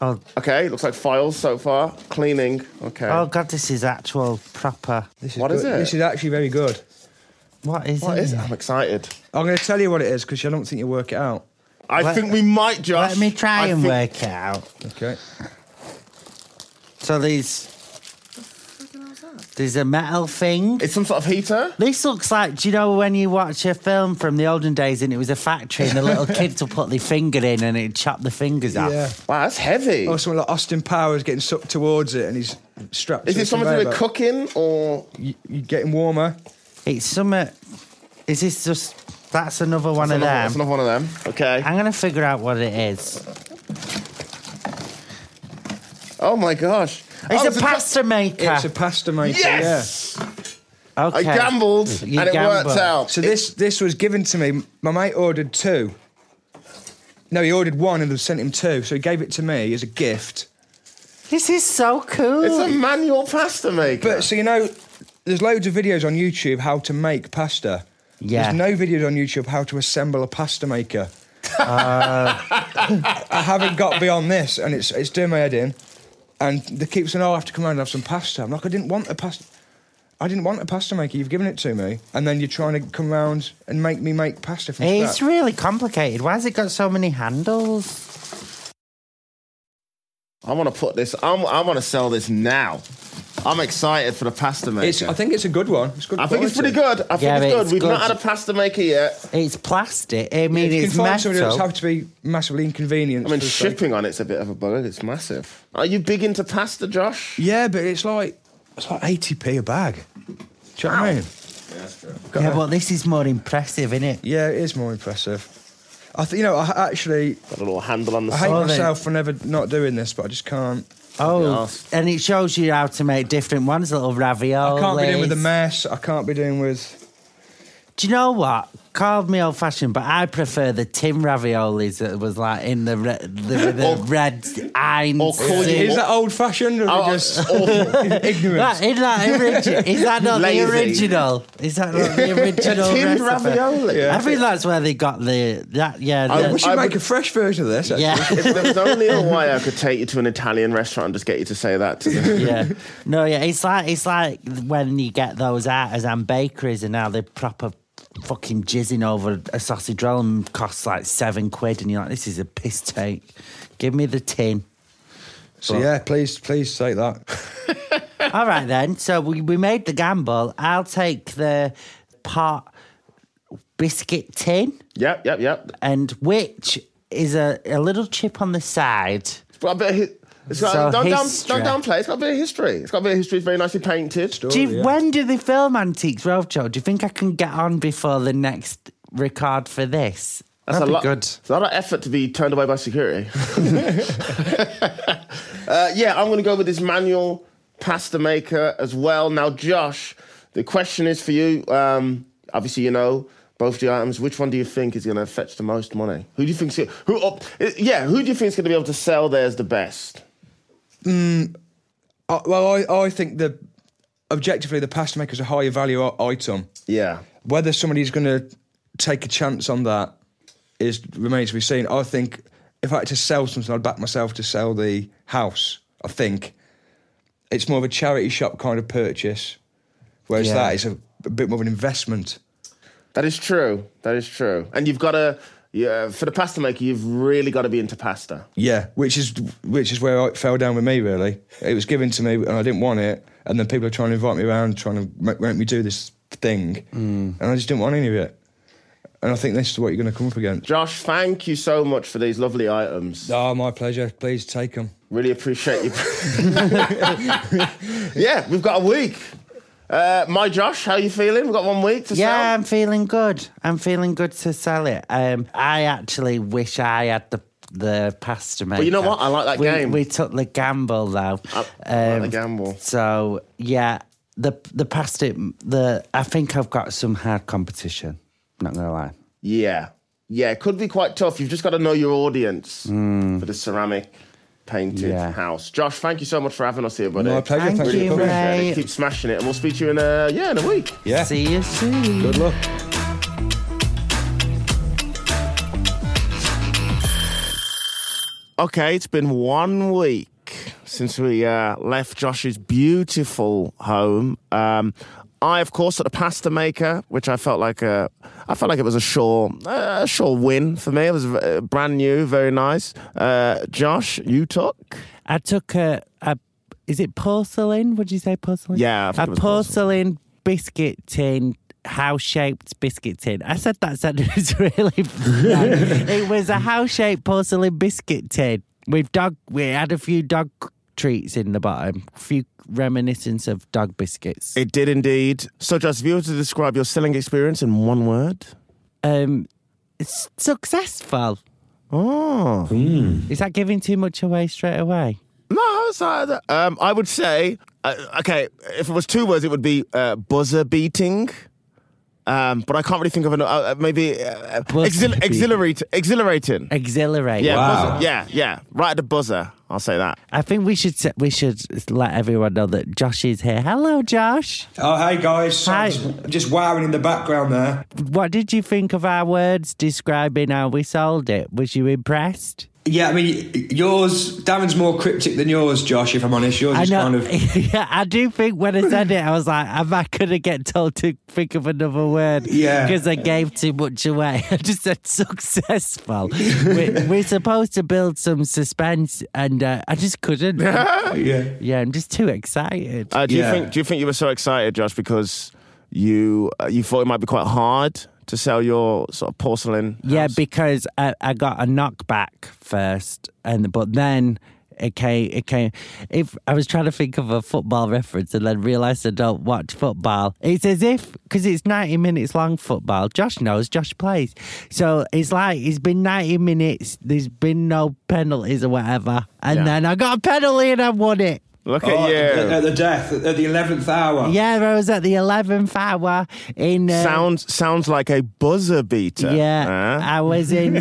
Speaker 5: Oh,
Speaker 6: Okay, looks like files so far. Cleaning. Okay.
Speaker 5: oh God, this is actual proper.
Speaker 7: This
Speaker 6: What
Speaker 7: good.
Speaker 6: is it?
Speaker 7: This is actually very good.
Speaker 5: What is
Speaker 6: what
Speaker 5: it?
Speaker 6: is it? I'm excited.
Speaker 7: I'm going to tell you what it is because I don't think you work it out.
Speaker 6: I
Speaker 5: Let-
Speaker 6: think we might, Josh.
Speaker 5: Let me try
Speaker 6: I
Speaker 5: and
Speaker 6: think-
Speaker 5: work it out.
Speaker 7: Okay.
Speaker 5: So these. There's a metal thing.
Speaker 6: It's some sort of heater.
Speaker 5: This looks like, do you know when you watch a film from the olden days and it was a factory and the
Speaker 6: (laughs)
Speaker 5: little kids will put their finger in and it chop the fingers off?
Speaker 7: Yeah.
Speaker 6: Wow, that's heavy.
Speaker 5: Oh,
Speaker 7: Or someone like Austin Powers getting sucked towards it and he's strapped.
Speaker 6: Is
Speaker 7: to a
Speaker 6: it something to do with
Speaker 7: conveyor belt.
Speaker 6: cooking or
Speaker 7: You, you're getting warmer.
Speaker 5: It's some. uh, Is this just. That's another one of
Speaker 6: another,
Speaker 5: them.
Speaker 6: It's another one of them. Okay.
Speaker 5: I'm going to figure out what it is.
Speaker 6: Oh my gosh.
Speaker 5: It's
Speaker 6: Oh,
Speaker 5: a pasta maker.
Speaker 7: It's a pasta maker.
Speaker 6: Yes. Oh.
Speaker 5: okay.
Speaker 6: I gambled
Speaker 5: You
Speaker 6: and it
Speaker 5: gambled.
Speaker 6: worked
Speaker 7: Yeah.
Speaker 6: out.
Speaker 7: So this this was given to me. My mate ordered two. No, he ordered one and they sent him two. So he gave it to me as a gift.
Speaker 5: This is so cool.
Speaker 6: It's a manual pasta maker.
Speaker 7: But so you know, there's loads of videos on YouTube how to make pasta.
Speaker 5: Yeah.
Speaker 7: There's no videos on YouTube how to assemble a pasta maker.
Speaker 5: Uh,
Speaker 7: (laughs) I haven't got beyond this, and it's it's doing my head in. And the keeps saying, "Oh, I have to come round and have some pasta." I'm like, I didn't want a pasta. I didn't want a pasta maker. You've given it to me, and then you're trying to come round and make me make pasta from
Speaker 5: it's
Speaker 7: scratch.
Speaker 5: really complicated. Why has it got so many handles?
Speaker 6: I want to put this, I'm, I want to sell this now. I'm excited for the pasta maker.
Speaker 7: It's, I think it's a good one. It's good.
Speaker 6: I think it's pretty
Speaker 7: quality.
Speaker 6: good. I think
Speaker 5: Yeah,
Speaker 6: it's
Speaker 5: but
Speaker 6: good.
Speaker 5: it's
Speaker 6: We've not
Speaker 5: good.
Speaker 6: had a pasta maker yet.
Speaker 5: It's plastic. I
Speaker 7: Yeah,
Speaker 5: mean,
Speaker 7: if you
Speaker 5: it's
Speaker 7: can find somebody that's
Speaker 5: metal.
Speaker 7: have to be massively inconvenient.
Speaker 6: I mean, shipping on it's a bit of a bugger. It's massive. Are you big into pasta, Josh?
Speaker 7: Yeah, but it's like it's like eighty p a bag. Do you know what I mean? Got
Speaker 5: Yeah,
Speaker 7: a-
Speaker 5: but this is more impressive, isn't it?
Speaker 7: yeah, it is more impressive. I th- you know, I actually
Speaker 6: Got a little handle on the
Speaker 7: I hate
Speaker 6: side.
Speaker 5: Oh, then-
Speaker 7: myself for never not doing this, but I just can't.
Speaker 5: Oh, and it shows you how to make different ones, little ravioli.
Speaker 7: I can't be doing with the mess. I can't be doing with.
Speaker 5: Do you know what? Called me old fashioned, but I prefer the tin raviolis that was like in the re- the, with the
Speaker 6: Or-
Speaker 5: red Heinz.
Speaker 6: or call you-
Speaker 5: soup.
Speaker 7: Is that old fashioned or
Speaker 6: Oh,
Speaker 7: just
Speaker 6: (laughs) awful.
Speaker 5: That,
Speaker 7: ignorance?
Speaker 5: is that
Speaker 6: (laughs)
Speaker 5: origi- is that not
Speaker 6: Lazy.
Speaker 5: the original? Is that
Speaker 6: (laughs)
Speaker 5: not the original?
Speaker 6: Tinned
Speaker 5: recipe?
Speaker 6: ravioli.
Speaker 5: I think that's where they got the that. Yeah,
Speaker 6: I
Speaker 5: the-
Speaker 7: Uh, we should
Speaker 6: I
Speaker 7: make
Speaker 6: would-
Speaker 7: a fresh version of this. actually.
Speaker 5: yeah.
Speaker 6: if there was only a way I could take you to an Italian restaurant and just get you to say that
Speaker 5: (laughs)
Speaker 6: to them.
Speaker 5: (laughs) yeah, no, yeah, it's like it's like when you get those artisan bakeries and now they're proper fucking jizzing over a sausage roll and costs like seven quid, and you're like, this is a piss take. Give me the
Speaker 6: (laughs)
Speaker 5: tin.
Speaker 7: So yeah, please, please take that. (laughs)
Speaker 5: All right then. So we, we made the gamble. I'll take the pot biscuit tin,
Speaker 6: Yep, yep, yep.
Speaker 5: and which is a, a little chip on the side.
Speaker 6: But I bet hi- it's got,
Speaker 5: So
Speaker 6: don't, down,
Speaker 5: history.
Speaker 6: don't downplay. It's got a bit of history. It's got a bit of history. It's very nicely painted.
Speaker 5: Do you, When do they film Antiques Roadshow? Do you think I can get on before the next record for this?
Speaker 6: That's
Speaker 5: That'd
Speaker 6: a
Speaker 5: be
Speaker 6: lot.
Speaker 5: good.
Speaker 6: It's a lot of effort to be turned away by security. (laughs) uh, yeah, I'm going to go with this manual pasta maker as well. Now, Josh, the question is for you. Um, obviously, you know both the items. Which one do you think is going to fetch the most money? Who do you think? Who? oh, yeah, who do you think is going to be able to sell theirs the best?
Speaker 7: I, Uh, well, I, I think the objectively the pasta maker's a higher value i- item.
Speaker 6: Yeah.
Speaker 7: Whether somebody's going to take a chance on that is remains to be seen. I think if I had to sell something, I'd back myself to sell the house. I think it's more of a charity shop kind of purchase, whereas
Speaker 5: Yeah.
Speaker 7: that is a, a bit more of an investment.
Speaker 6: That is true. That is true. And you've got to, yeah, for the pasta maker, you've really got to be into pasta.
Speaker 7: Yeah, which is which is where I fell down with me. Really, it was given to me and I didn't want it, and then people are trying to invite me around, trying to make, make me do this thing, and I just didn't want any of it. And I think this is what you're going to come up against.
Speaker 6: Josh, thank you so much for these lovely items.
Speaker 7: Ah, my pleasure. Please take them.
Speaker 6: Really appreciate you. (laughs) yeah, we've got a week. Uh, my Josh, how you feeling? We've got one week to
Speaker 5: Yeah,
Speaker 6: sell.
Speaker 5: I'm feeling good. I'm feeling good to sell it. Um, I actually wish I had the the pasta maker.
Speaker 6: you know what? I like that
Speaker 5: we,
Speaker 6: game.
Speaker 5: We took the gamble though.
Speaker 6: I
Speaker 5: Um,
Speaker 6: like the gamble.
Speaker 5: So yeah, the the pasta. The I think I've got some hard competition. Not gonna lie.
Speaker 6: Yeah. Yeah, it could be quite tough. You've just got to know your audience for the ceramic painted
Speaker 5: Mm. Yeah.
Speaker 6: house. Josh, thank you so much for having us here, buddy.
Speaker 7: My pleasure.
Speaker 5: Thank
Speaker 7: Thanks
Speaker 5: you,
Speaker 7: for coming.
Speaker 5: mate.
Speaker 6: Appreciate it. Keep smashing it, and we'll speak to you in a yeah in a week.
Speaker 7: Yeah.
Speaker 5: See you soon.
Speaker 7: Good luck.
Speaker 6: Okay, it's been one week since we uh, left Josh's beautiful home. Um, I, of course, at the pasta maker, which I felt like a, I felt like it was a sure, a sure win for me. It was uh, brand new, very nice. Uh, Josh, you took.
Speaker 5: I took a, a is it porcelain? Would you say porcelain?
Speaker 6: Yeah, I
Speaker 5: a
Speaker 6: think it was
Speaker 5: porcelain, biscuit tin. House shaped biscuit tin. I said that sentence (laughs) really. bad. it was a house shaped porcelain biscuit tin with dog. We had a few dog treats in the bottom, a few reminiscence of dog biscuits.
Speaker 6: It did indeed. So, Josh, if you were to describe your selling experience in one word,
Speaker 5: Um, it's successful.
Speaker 6: oh
Speaker 5: Is that giving too much away straight away?
Speaker 6: no, it's not that. um, I would say uh, okay. If it was two words, it would be uh, buzzer beating. Um, but I can't really think of an uh, maybe uh,
Speaker 5: Buzzer
Speaker 6: exhil-
Speaker 5: beating.
Speaker 6: exhilarate, exhilarating.
Speaker 5: Exhilarate.
Speaker 6: Yeah,
Speaker 7: Wow.
Speaker 6: buzzer. yeah, yeah. Right at the buzzer, I'll say that.
Speaker 5: I think we should s- we should let everyone know that Josh is here. Hello, Josh.
Speaker 7: Oh, hey guys.
Speaker 5: Hi.
Speaker 7: Just, just wowing in the background there.
Speaker 5: What did you think of our words describing how we sold it? Was you impressed?
Speaker 7: Yeah, I mean, yours, Darren's more cryptic than yours, Josh, if I'm honest. Yours is
Speaker 5: I
Speaker 7: kind of.
Speaker 5: (laughs) yeah, I do think when I said it, I was like, "Am I going to get told to think of another word?"
Speaker 7: Yeah.
Speaker 5: because I gave too much away. (laughs) I just said successful.
Speaker 7: (laughs)
Speaker 5: we're, we're supposed to build some suspense, and uh, I just couldn't.
Speaker 7: Yeah.
Speaker 5: yeah, I'm just too excited.
Speaker 6: Uh, do you
Speaker 7: Yeah.
Speaker 6: think? Do you think you were so excited, Josh, because you uh, you thought it might be quite hard to sell your sort of porcelain?
Speaker 5: Yeah,
Speaker 6: house?
Speaker 5: because I, I got a knockback first, and but then It came. It came. If I was trying to think of a football reference and then realised I don't watch football, it's as if because it's ninety minutes long football. Josh knows. Josh plays. So it's like it's been ninety minutes. There's been no penalties or whatever, and
Speaker 6: Yeah.
Speaker 5: then I got a penalty and I won it.
Speaker 6: Look
Speaker 7: Oh,
Speaker 6: at
Speaker 7: At,
Speaker 6: you.
Speaker 7: at the death, at the 11th
Speaker 6: Oh.
Speaker 7: hour.
Speaker 5: Yeah, I was at the eleventh hour in uh,
Speaker 6: Sounds sounds like a buzzer beater. Uh,
Speaker 5: Yeah,
Speaker 6: Huh?
Speaker 5: I was
Speaker 6: (laughs)
Speaker 5: in.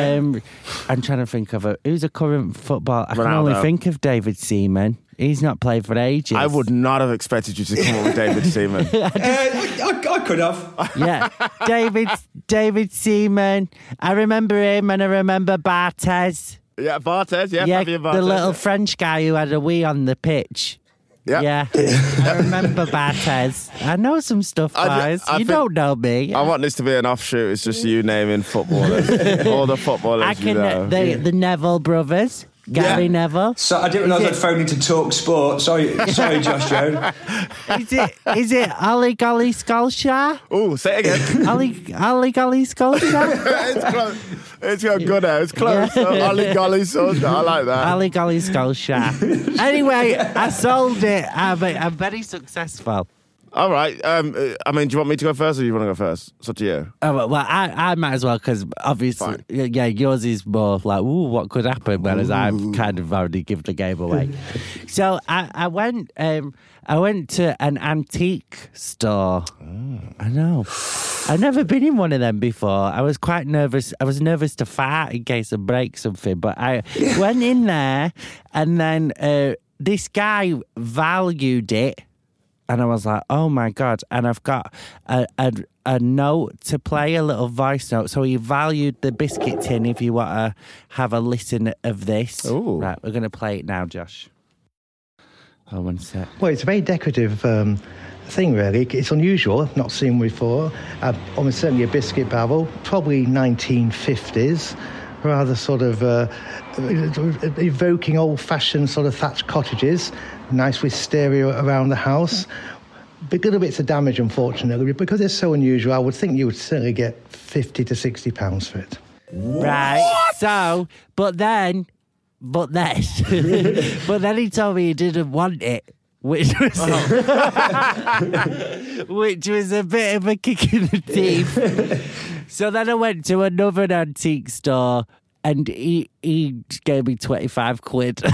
Speaker 5: um, I'm trying to think of a, who's a current football. I can only
Speaker 6: Ronaldo.
Speaker 5: think of David Seaman. He's not played for ages.
Speaker 6: I would not have expected you to come up with David Seaman.
Speaker 7: Uh, I, I, I could have.
Speaker 6: (laughs)
Speaker 5: Yeah, David David Seaman. I remember him, and I remember Barthez.
Speaker 6: Yeah, Bartez. Yeah,
Speaker 5: yeah,
Speaker 6: Fabio Barthez.
Speaker 5: the little French guy who had a wee on the pitch.
Speaker 6: Yeah. (laughs)
Speaker 5: Yeah, I remember Barthez. I know some stuff,
Speaker 6: I ju-
Speaker 5: guys.
Speaker 6: I
Speaker 5: you
Speaker 6: think-
Speaker 5: don't know me.
Speaker 6: I want this to be an offshoot. It's just you naming
Speaker 5: (laughs)
Speaker 6: footballers, all the footballers
Speaker 5: I
Speaker 6: you
Speaker 5: can. uh,
Speaker 6: know.
Speaker 5: the, the Neville brothers, Gary
Speaker 7: Yeah.
Speaker 6: (laughs)
Speaker 5: Neville.
Speaker 7: So I didn't realise I'd phoned into Talk Sport.
Speaker 5: (laughs)
Speaker 7: Sorry, sorry, Josh Joan.
Speaker 5: Is it? Is it Ollie Golly Skullshire?
Speaker 6: oh, say it again. (laughs)
Speaker 5: Ollie, Ollie Golly Sculpture.
Speaker 6: it's close. It's got good now. It's close. Oh, Ollie golly soldier. I like that.
Speaker 5: (laughs) Ollie Golly Sculpture. anyway, I sold it. I'm, I'm very successful.
Speaker 6: All right. Um, uh, I mean, do you want me to go first, or do you want to go first? It's up to you.
Speaker 5: Oh, well, well, I, I might as well because obviously,
Speaker 6: Fine.
Speaker 5: y- yeah, yours is more like, ooh, what could happen? Whereas I've kind of already given the game away. so I, I went, um, I went to an antique store. I know. I've never been in one of them before. I was quite nervous. I was nervous to fart in case I break something, but I went in there and then uh, this guy valued it. And I was like, oh my God. And I've got a, a, a note to play, a little voice note. So he valued the biscuit tin if you want to have a listen of this.
Speaker 6: Ooh.
Speaker 5: Right, we're going to play it now, Josh. Oh, one sec.
Speaker 3: Well, it's a very decorative um, thing, really. It's unusual, I've not seen before. Uh, almost certainly a biscuit barrel, probably 1950s. Rather sort of uh, evoking old fashioned sort of thatched cottages, nice with stereo around the house. Big little bits of damage, unfortunately, but because it's so unusual. I would think you would certainly get 50 to 60 pounds for it.
Speaker 5: Right. So, but then, but then, (laughs) but then he told me he didn't want it. Which was,
Speaker 6: Oh.
Speaker 5: (laughs) which was a bit of a kick in the teeth. so then I went to another antique store and he, he gave me 25 quid.
Speaker 6: (laughs)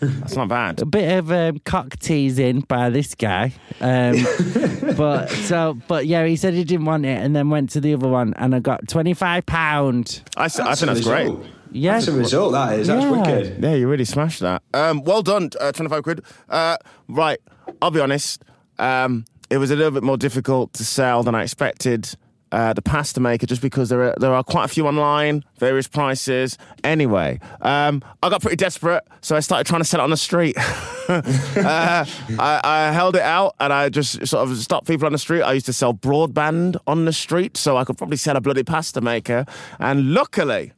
Speaker 6: That's not bad.
Speaker 5: a bit of um, cock teasing by this guy.
Speaker 6: (laughs)
Speaker 5: Um, but so, but yeah, he said he didn't want it and then went to the other one and I got 25 pound.
Speaker 6: I, s- I think that's great.
Speaker 5: Yeah.
Speaker 7: That's a result, that is. That's
Speaker 5: Yeah.
Speaker 7: wicked.
Speaker 6: Yeah, you really smashed that. Um, well done, uh, 25 quid. Uh, right, I'll be honest. Um, it was a little bit more difficult to sell than I expected. Uh, the pasta maker, just because there are, there are quite a few online, various prices. Anyway, um, I got pretty desperate, so I started trying to sell it on the street. (laughs) uh, I, I held it out and I just sort of stopped people on the street. I used to sell broadband on the street, so I could probably sell a bloody pasta maker. And luckily,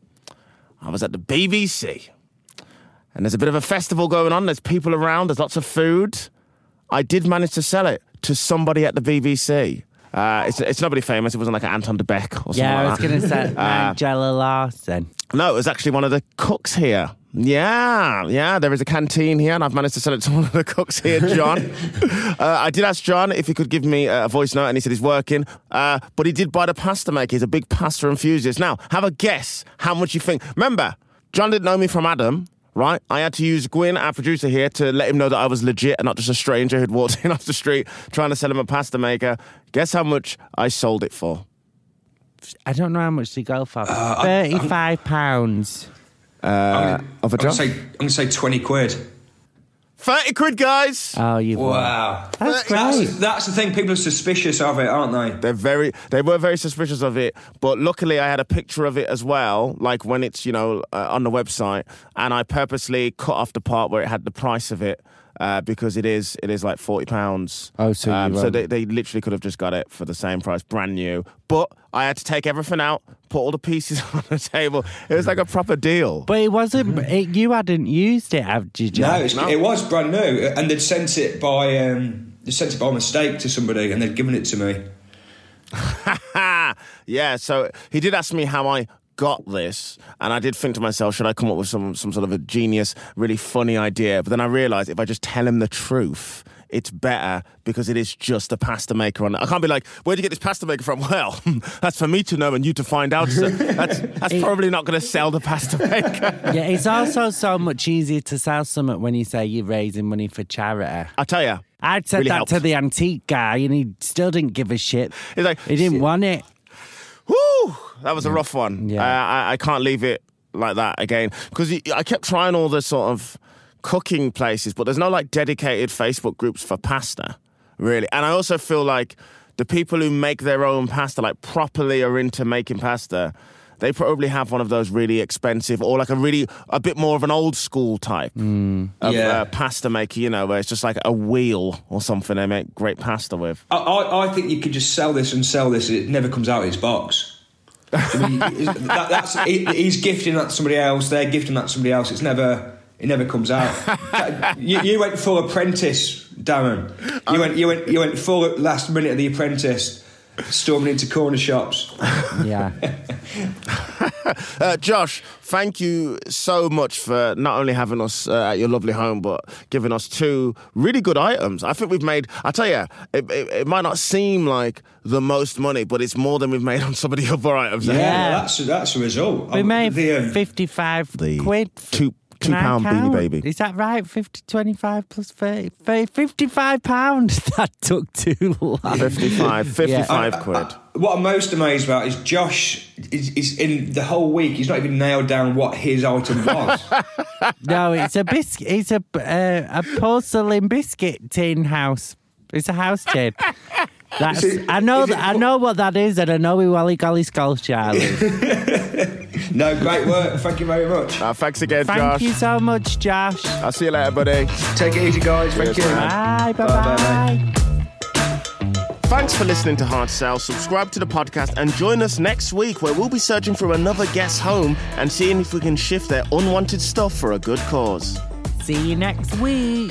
Speaker 6: I was at the BBC and there's a bit of a festival going on. There's people around. There's lots of food. I did manage to sell it to somebody at the BBC. Uh, it's, it's nobody famous. It wasn't like an Anton de Beck or something.
Speaker 5: Yeah, I was
Speaker 6: like that.
Speaker 5: going to
Speaker 7: (laughs)
Speaker 5: say
Speaker 7: Ah.
Speaker 5: Angela Larson.
Speaker 6: No, it was actually one of the cooks here. Yeah, yeah, there is a canteen here, and I've managed to sell it to (laughs) one of the cooks here, John. uh, I did ask John if he could give me a voice note, and he said he's working. Uh, but he did buy the pasta maker. He's a big pasta enthusiast. Now, have a guess how much you think. Remember, John didn't know me from Adam, right? I had to use Gwyn, our producer here, to let him know that I was legit and not just a stranger who'd walked (laughs) in off the street trying to sell him a pasta maker. Guess how much I sold it for?
Speaker 5: I don't know how much they go
Speaker 7: Uh,
Speaker 5: for. Thirty-five pounds.
Speaker 6: Of a
Speaker 7: I'm
Speaker 6: John?
Speaker 7: going to say, I'm gonna say 20 quid.
Speaker 6: 30 quid, guys!
Speaker 5: Oh, you.
Speaker 7: Wow.
Speaker 5: That's
Speaker 7: That's,
Speaker 5: great.
Speaker 7: that's the thing, people are suspicious of it, aren't they?
Speaker 6: They're very, they were very suspicious of it, but luckily I had a picture of it as well, like when it's you know uh, on the website, and I purposely cut off the part where it had the price of it uh, because it is it is like forty pounds. Um,
Speaker 5: Oh, so you
Speaker 6: so
Speaker 5: won't-
Speaker 6: they, they literally could have just got it for the same price, brand new. But I had to take everything out, put all the pieces (laughs) on the table. It was like a proper deal.
Speaker 5: But it
Speaker 7: (laughs)
Speaker 5: wasn't. It, you hadn't used it, have you,
Speaker 7: No,
Speaker 5: John?
Speaker 7: it's, it was brand new, uh, and they'd sent it by um, they sent it by mistake to
Speaker 6: (laughs)
Speaker 7: somebody, and they'd given it to me.
Speaker 6: yeah, so he did ask me how I got this, and I did think to myself, should I come up with some some sort of a genius, really funny idea? But then I realized if I just tell him the truth, it's better because it is just a pasta maker on it. I can't be like, where'd you get this pasta maker from? (laughs) Well, that's for me to know and you to find out. sir. that's
Speaker 5: (laughs)
Speaker 6: that's probably not going to sell the pasta maker.
Speaker 5: yeah, it's also so much easier to sell something when you say you're raising money for charity.
Speaker 6: I tell you.
Speaker 5: I said
Speaker 6: Really
Speaker 5: that
Speaker 6: helped.
Speaker 5: to the antique guy, and he still didn't give a shit.
Speaker 6: He's like,
Speaker 5: he didn't want it.
Speaker 6: Woo! That was a rough one.
Speaker 5: Yeah.
Speaker 6: Yeah. I, I can't leave it like that again because I kept trying all the sort of cooking places, but there's no like dedicated Facebook groups for pasta, really. And I also feel like the people who make their own pasta, like properly, are into making pasta. They probably have one of those really expensive, or like a really a bit more of an old school type
Speaker 5: Mm.
Speaker 6: of
Speaker 7: Yeah.
Speaker 6: uh, pasta maker. You know, where it's just like a wheel or something they make great pasta with.
Speaker 7: I, I, I think you could just sell this and sell this, and it never comes out of its box.
Speaker 5: (laughs)
Speaker 7: I mean, that, that's he, he's gifting that to somebody else. They're gifting that to somebody else. It's never it never
Speaker 5: (laughs)
Speaker 7: comes out. you, you went full apprentice, Darren. You went you went you went full at last minute of the apprentice, storming into corner shops. (laughs)
Speaker 5: Yeah.
Speaker 6: Uh, Josh, thank you so much for not only having us uh, at your lovely home, but giving us two really good items. I think we've made, I tell you, it, it, it might not seem like the most money, but it's more than we've made on some of the (laughs) other items.
Speaker 5: Yeah.
Speaker 7: that's that's a result.
Speaker 5: We
Speaker 7: Um,
Speaker 5: made
Speaker 7: the, um,
Speaker 5: 55
Speaker 6: The
Speaker 5: quid.
Speaker 6: two-
Speaker 5: Can
Speaker 6: two
Speaker 5: I
Speaker 6: pound Beanie
Speaker 5: count?
Speaker 6: Baby.
Speaker 5: Is that right? 50, 25 plus 30, 30 55 pounds. (laughs) That took too long.
Speaker 6: (laughs) 55, 55
Speaker 5: Uh,
Speaker 6: quid.
Speaker 7: What I'm most amazed about is Josh is, is in the whole week. He's not even nailed down what his item was.
Speaker 6: (laughs)
Speaker 5: No, it's a biscuit. It's a uh, a porcelain biscuit tin house. It's a house tin. That's,
Speaker 7: Is it-
Speaker 5: I know.
Speaker 7: is
Speaker 5: Th-
Speaker 7: it-
Speaker 5: I know what that is, and I know we Wally Golly Skull Charlie.
Speaker 7: no, great work. Thank you very much.
Speaker 6: Uh, thanks again,
Speaker 5: Thank
Speaker 6: Josh.
Speaker 5: you so much, Josh.
Speaker 6: I'll see you later, buddy.
Speaker 7: Take it easy, guys. Thank
Speaker 6: Cheers,
Speaker 7: you.
Speaker 6: man.
Speaker 5: Bye. Bye.
Speaker 7: Bye, bye,
Speaker 5: Bye.
Speaker 6: Thanks for listening to Hard Sell. Subscribe to the podcast and join us next week where we'll be searching for another guest home and seeing if we can shift their unwanted stuff for a good cause.
Speaker 5: See you next week.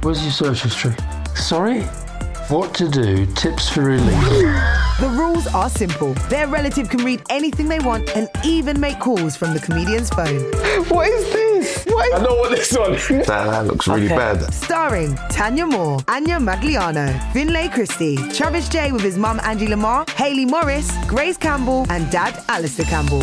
Speaker 9: Where's your search history? Sorry? What to do? Tips for relief.
Speaker 2: The rules are simple. Their relative can read anything they want and even make calls from the comedian's phone.
Speaker 10: What is this? What is- I know what this one. that, that looks really bad.
Speaker 2: Starring Tanya Moore, Anya Magliano, Finlay Christie, Travis J with his mum Angie Lamar, Hayley Morris, Grace Campbell, and dad Alistair Campbell.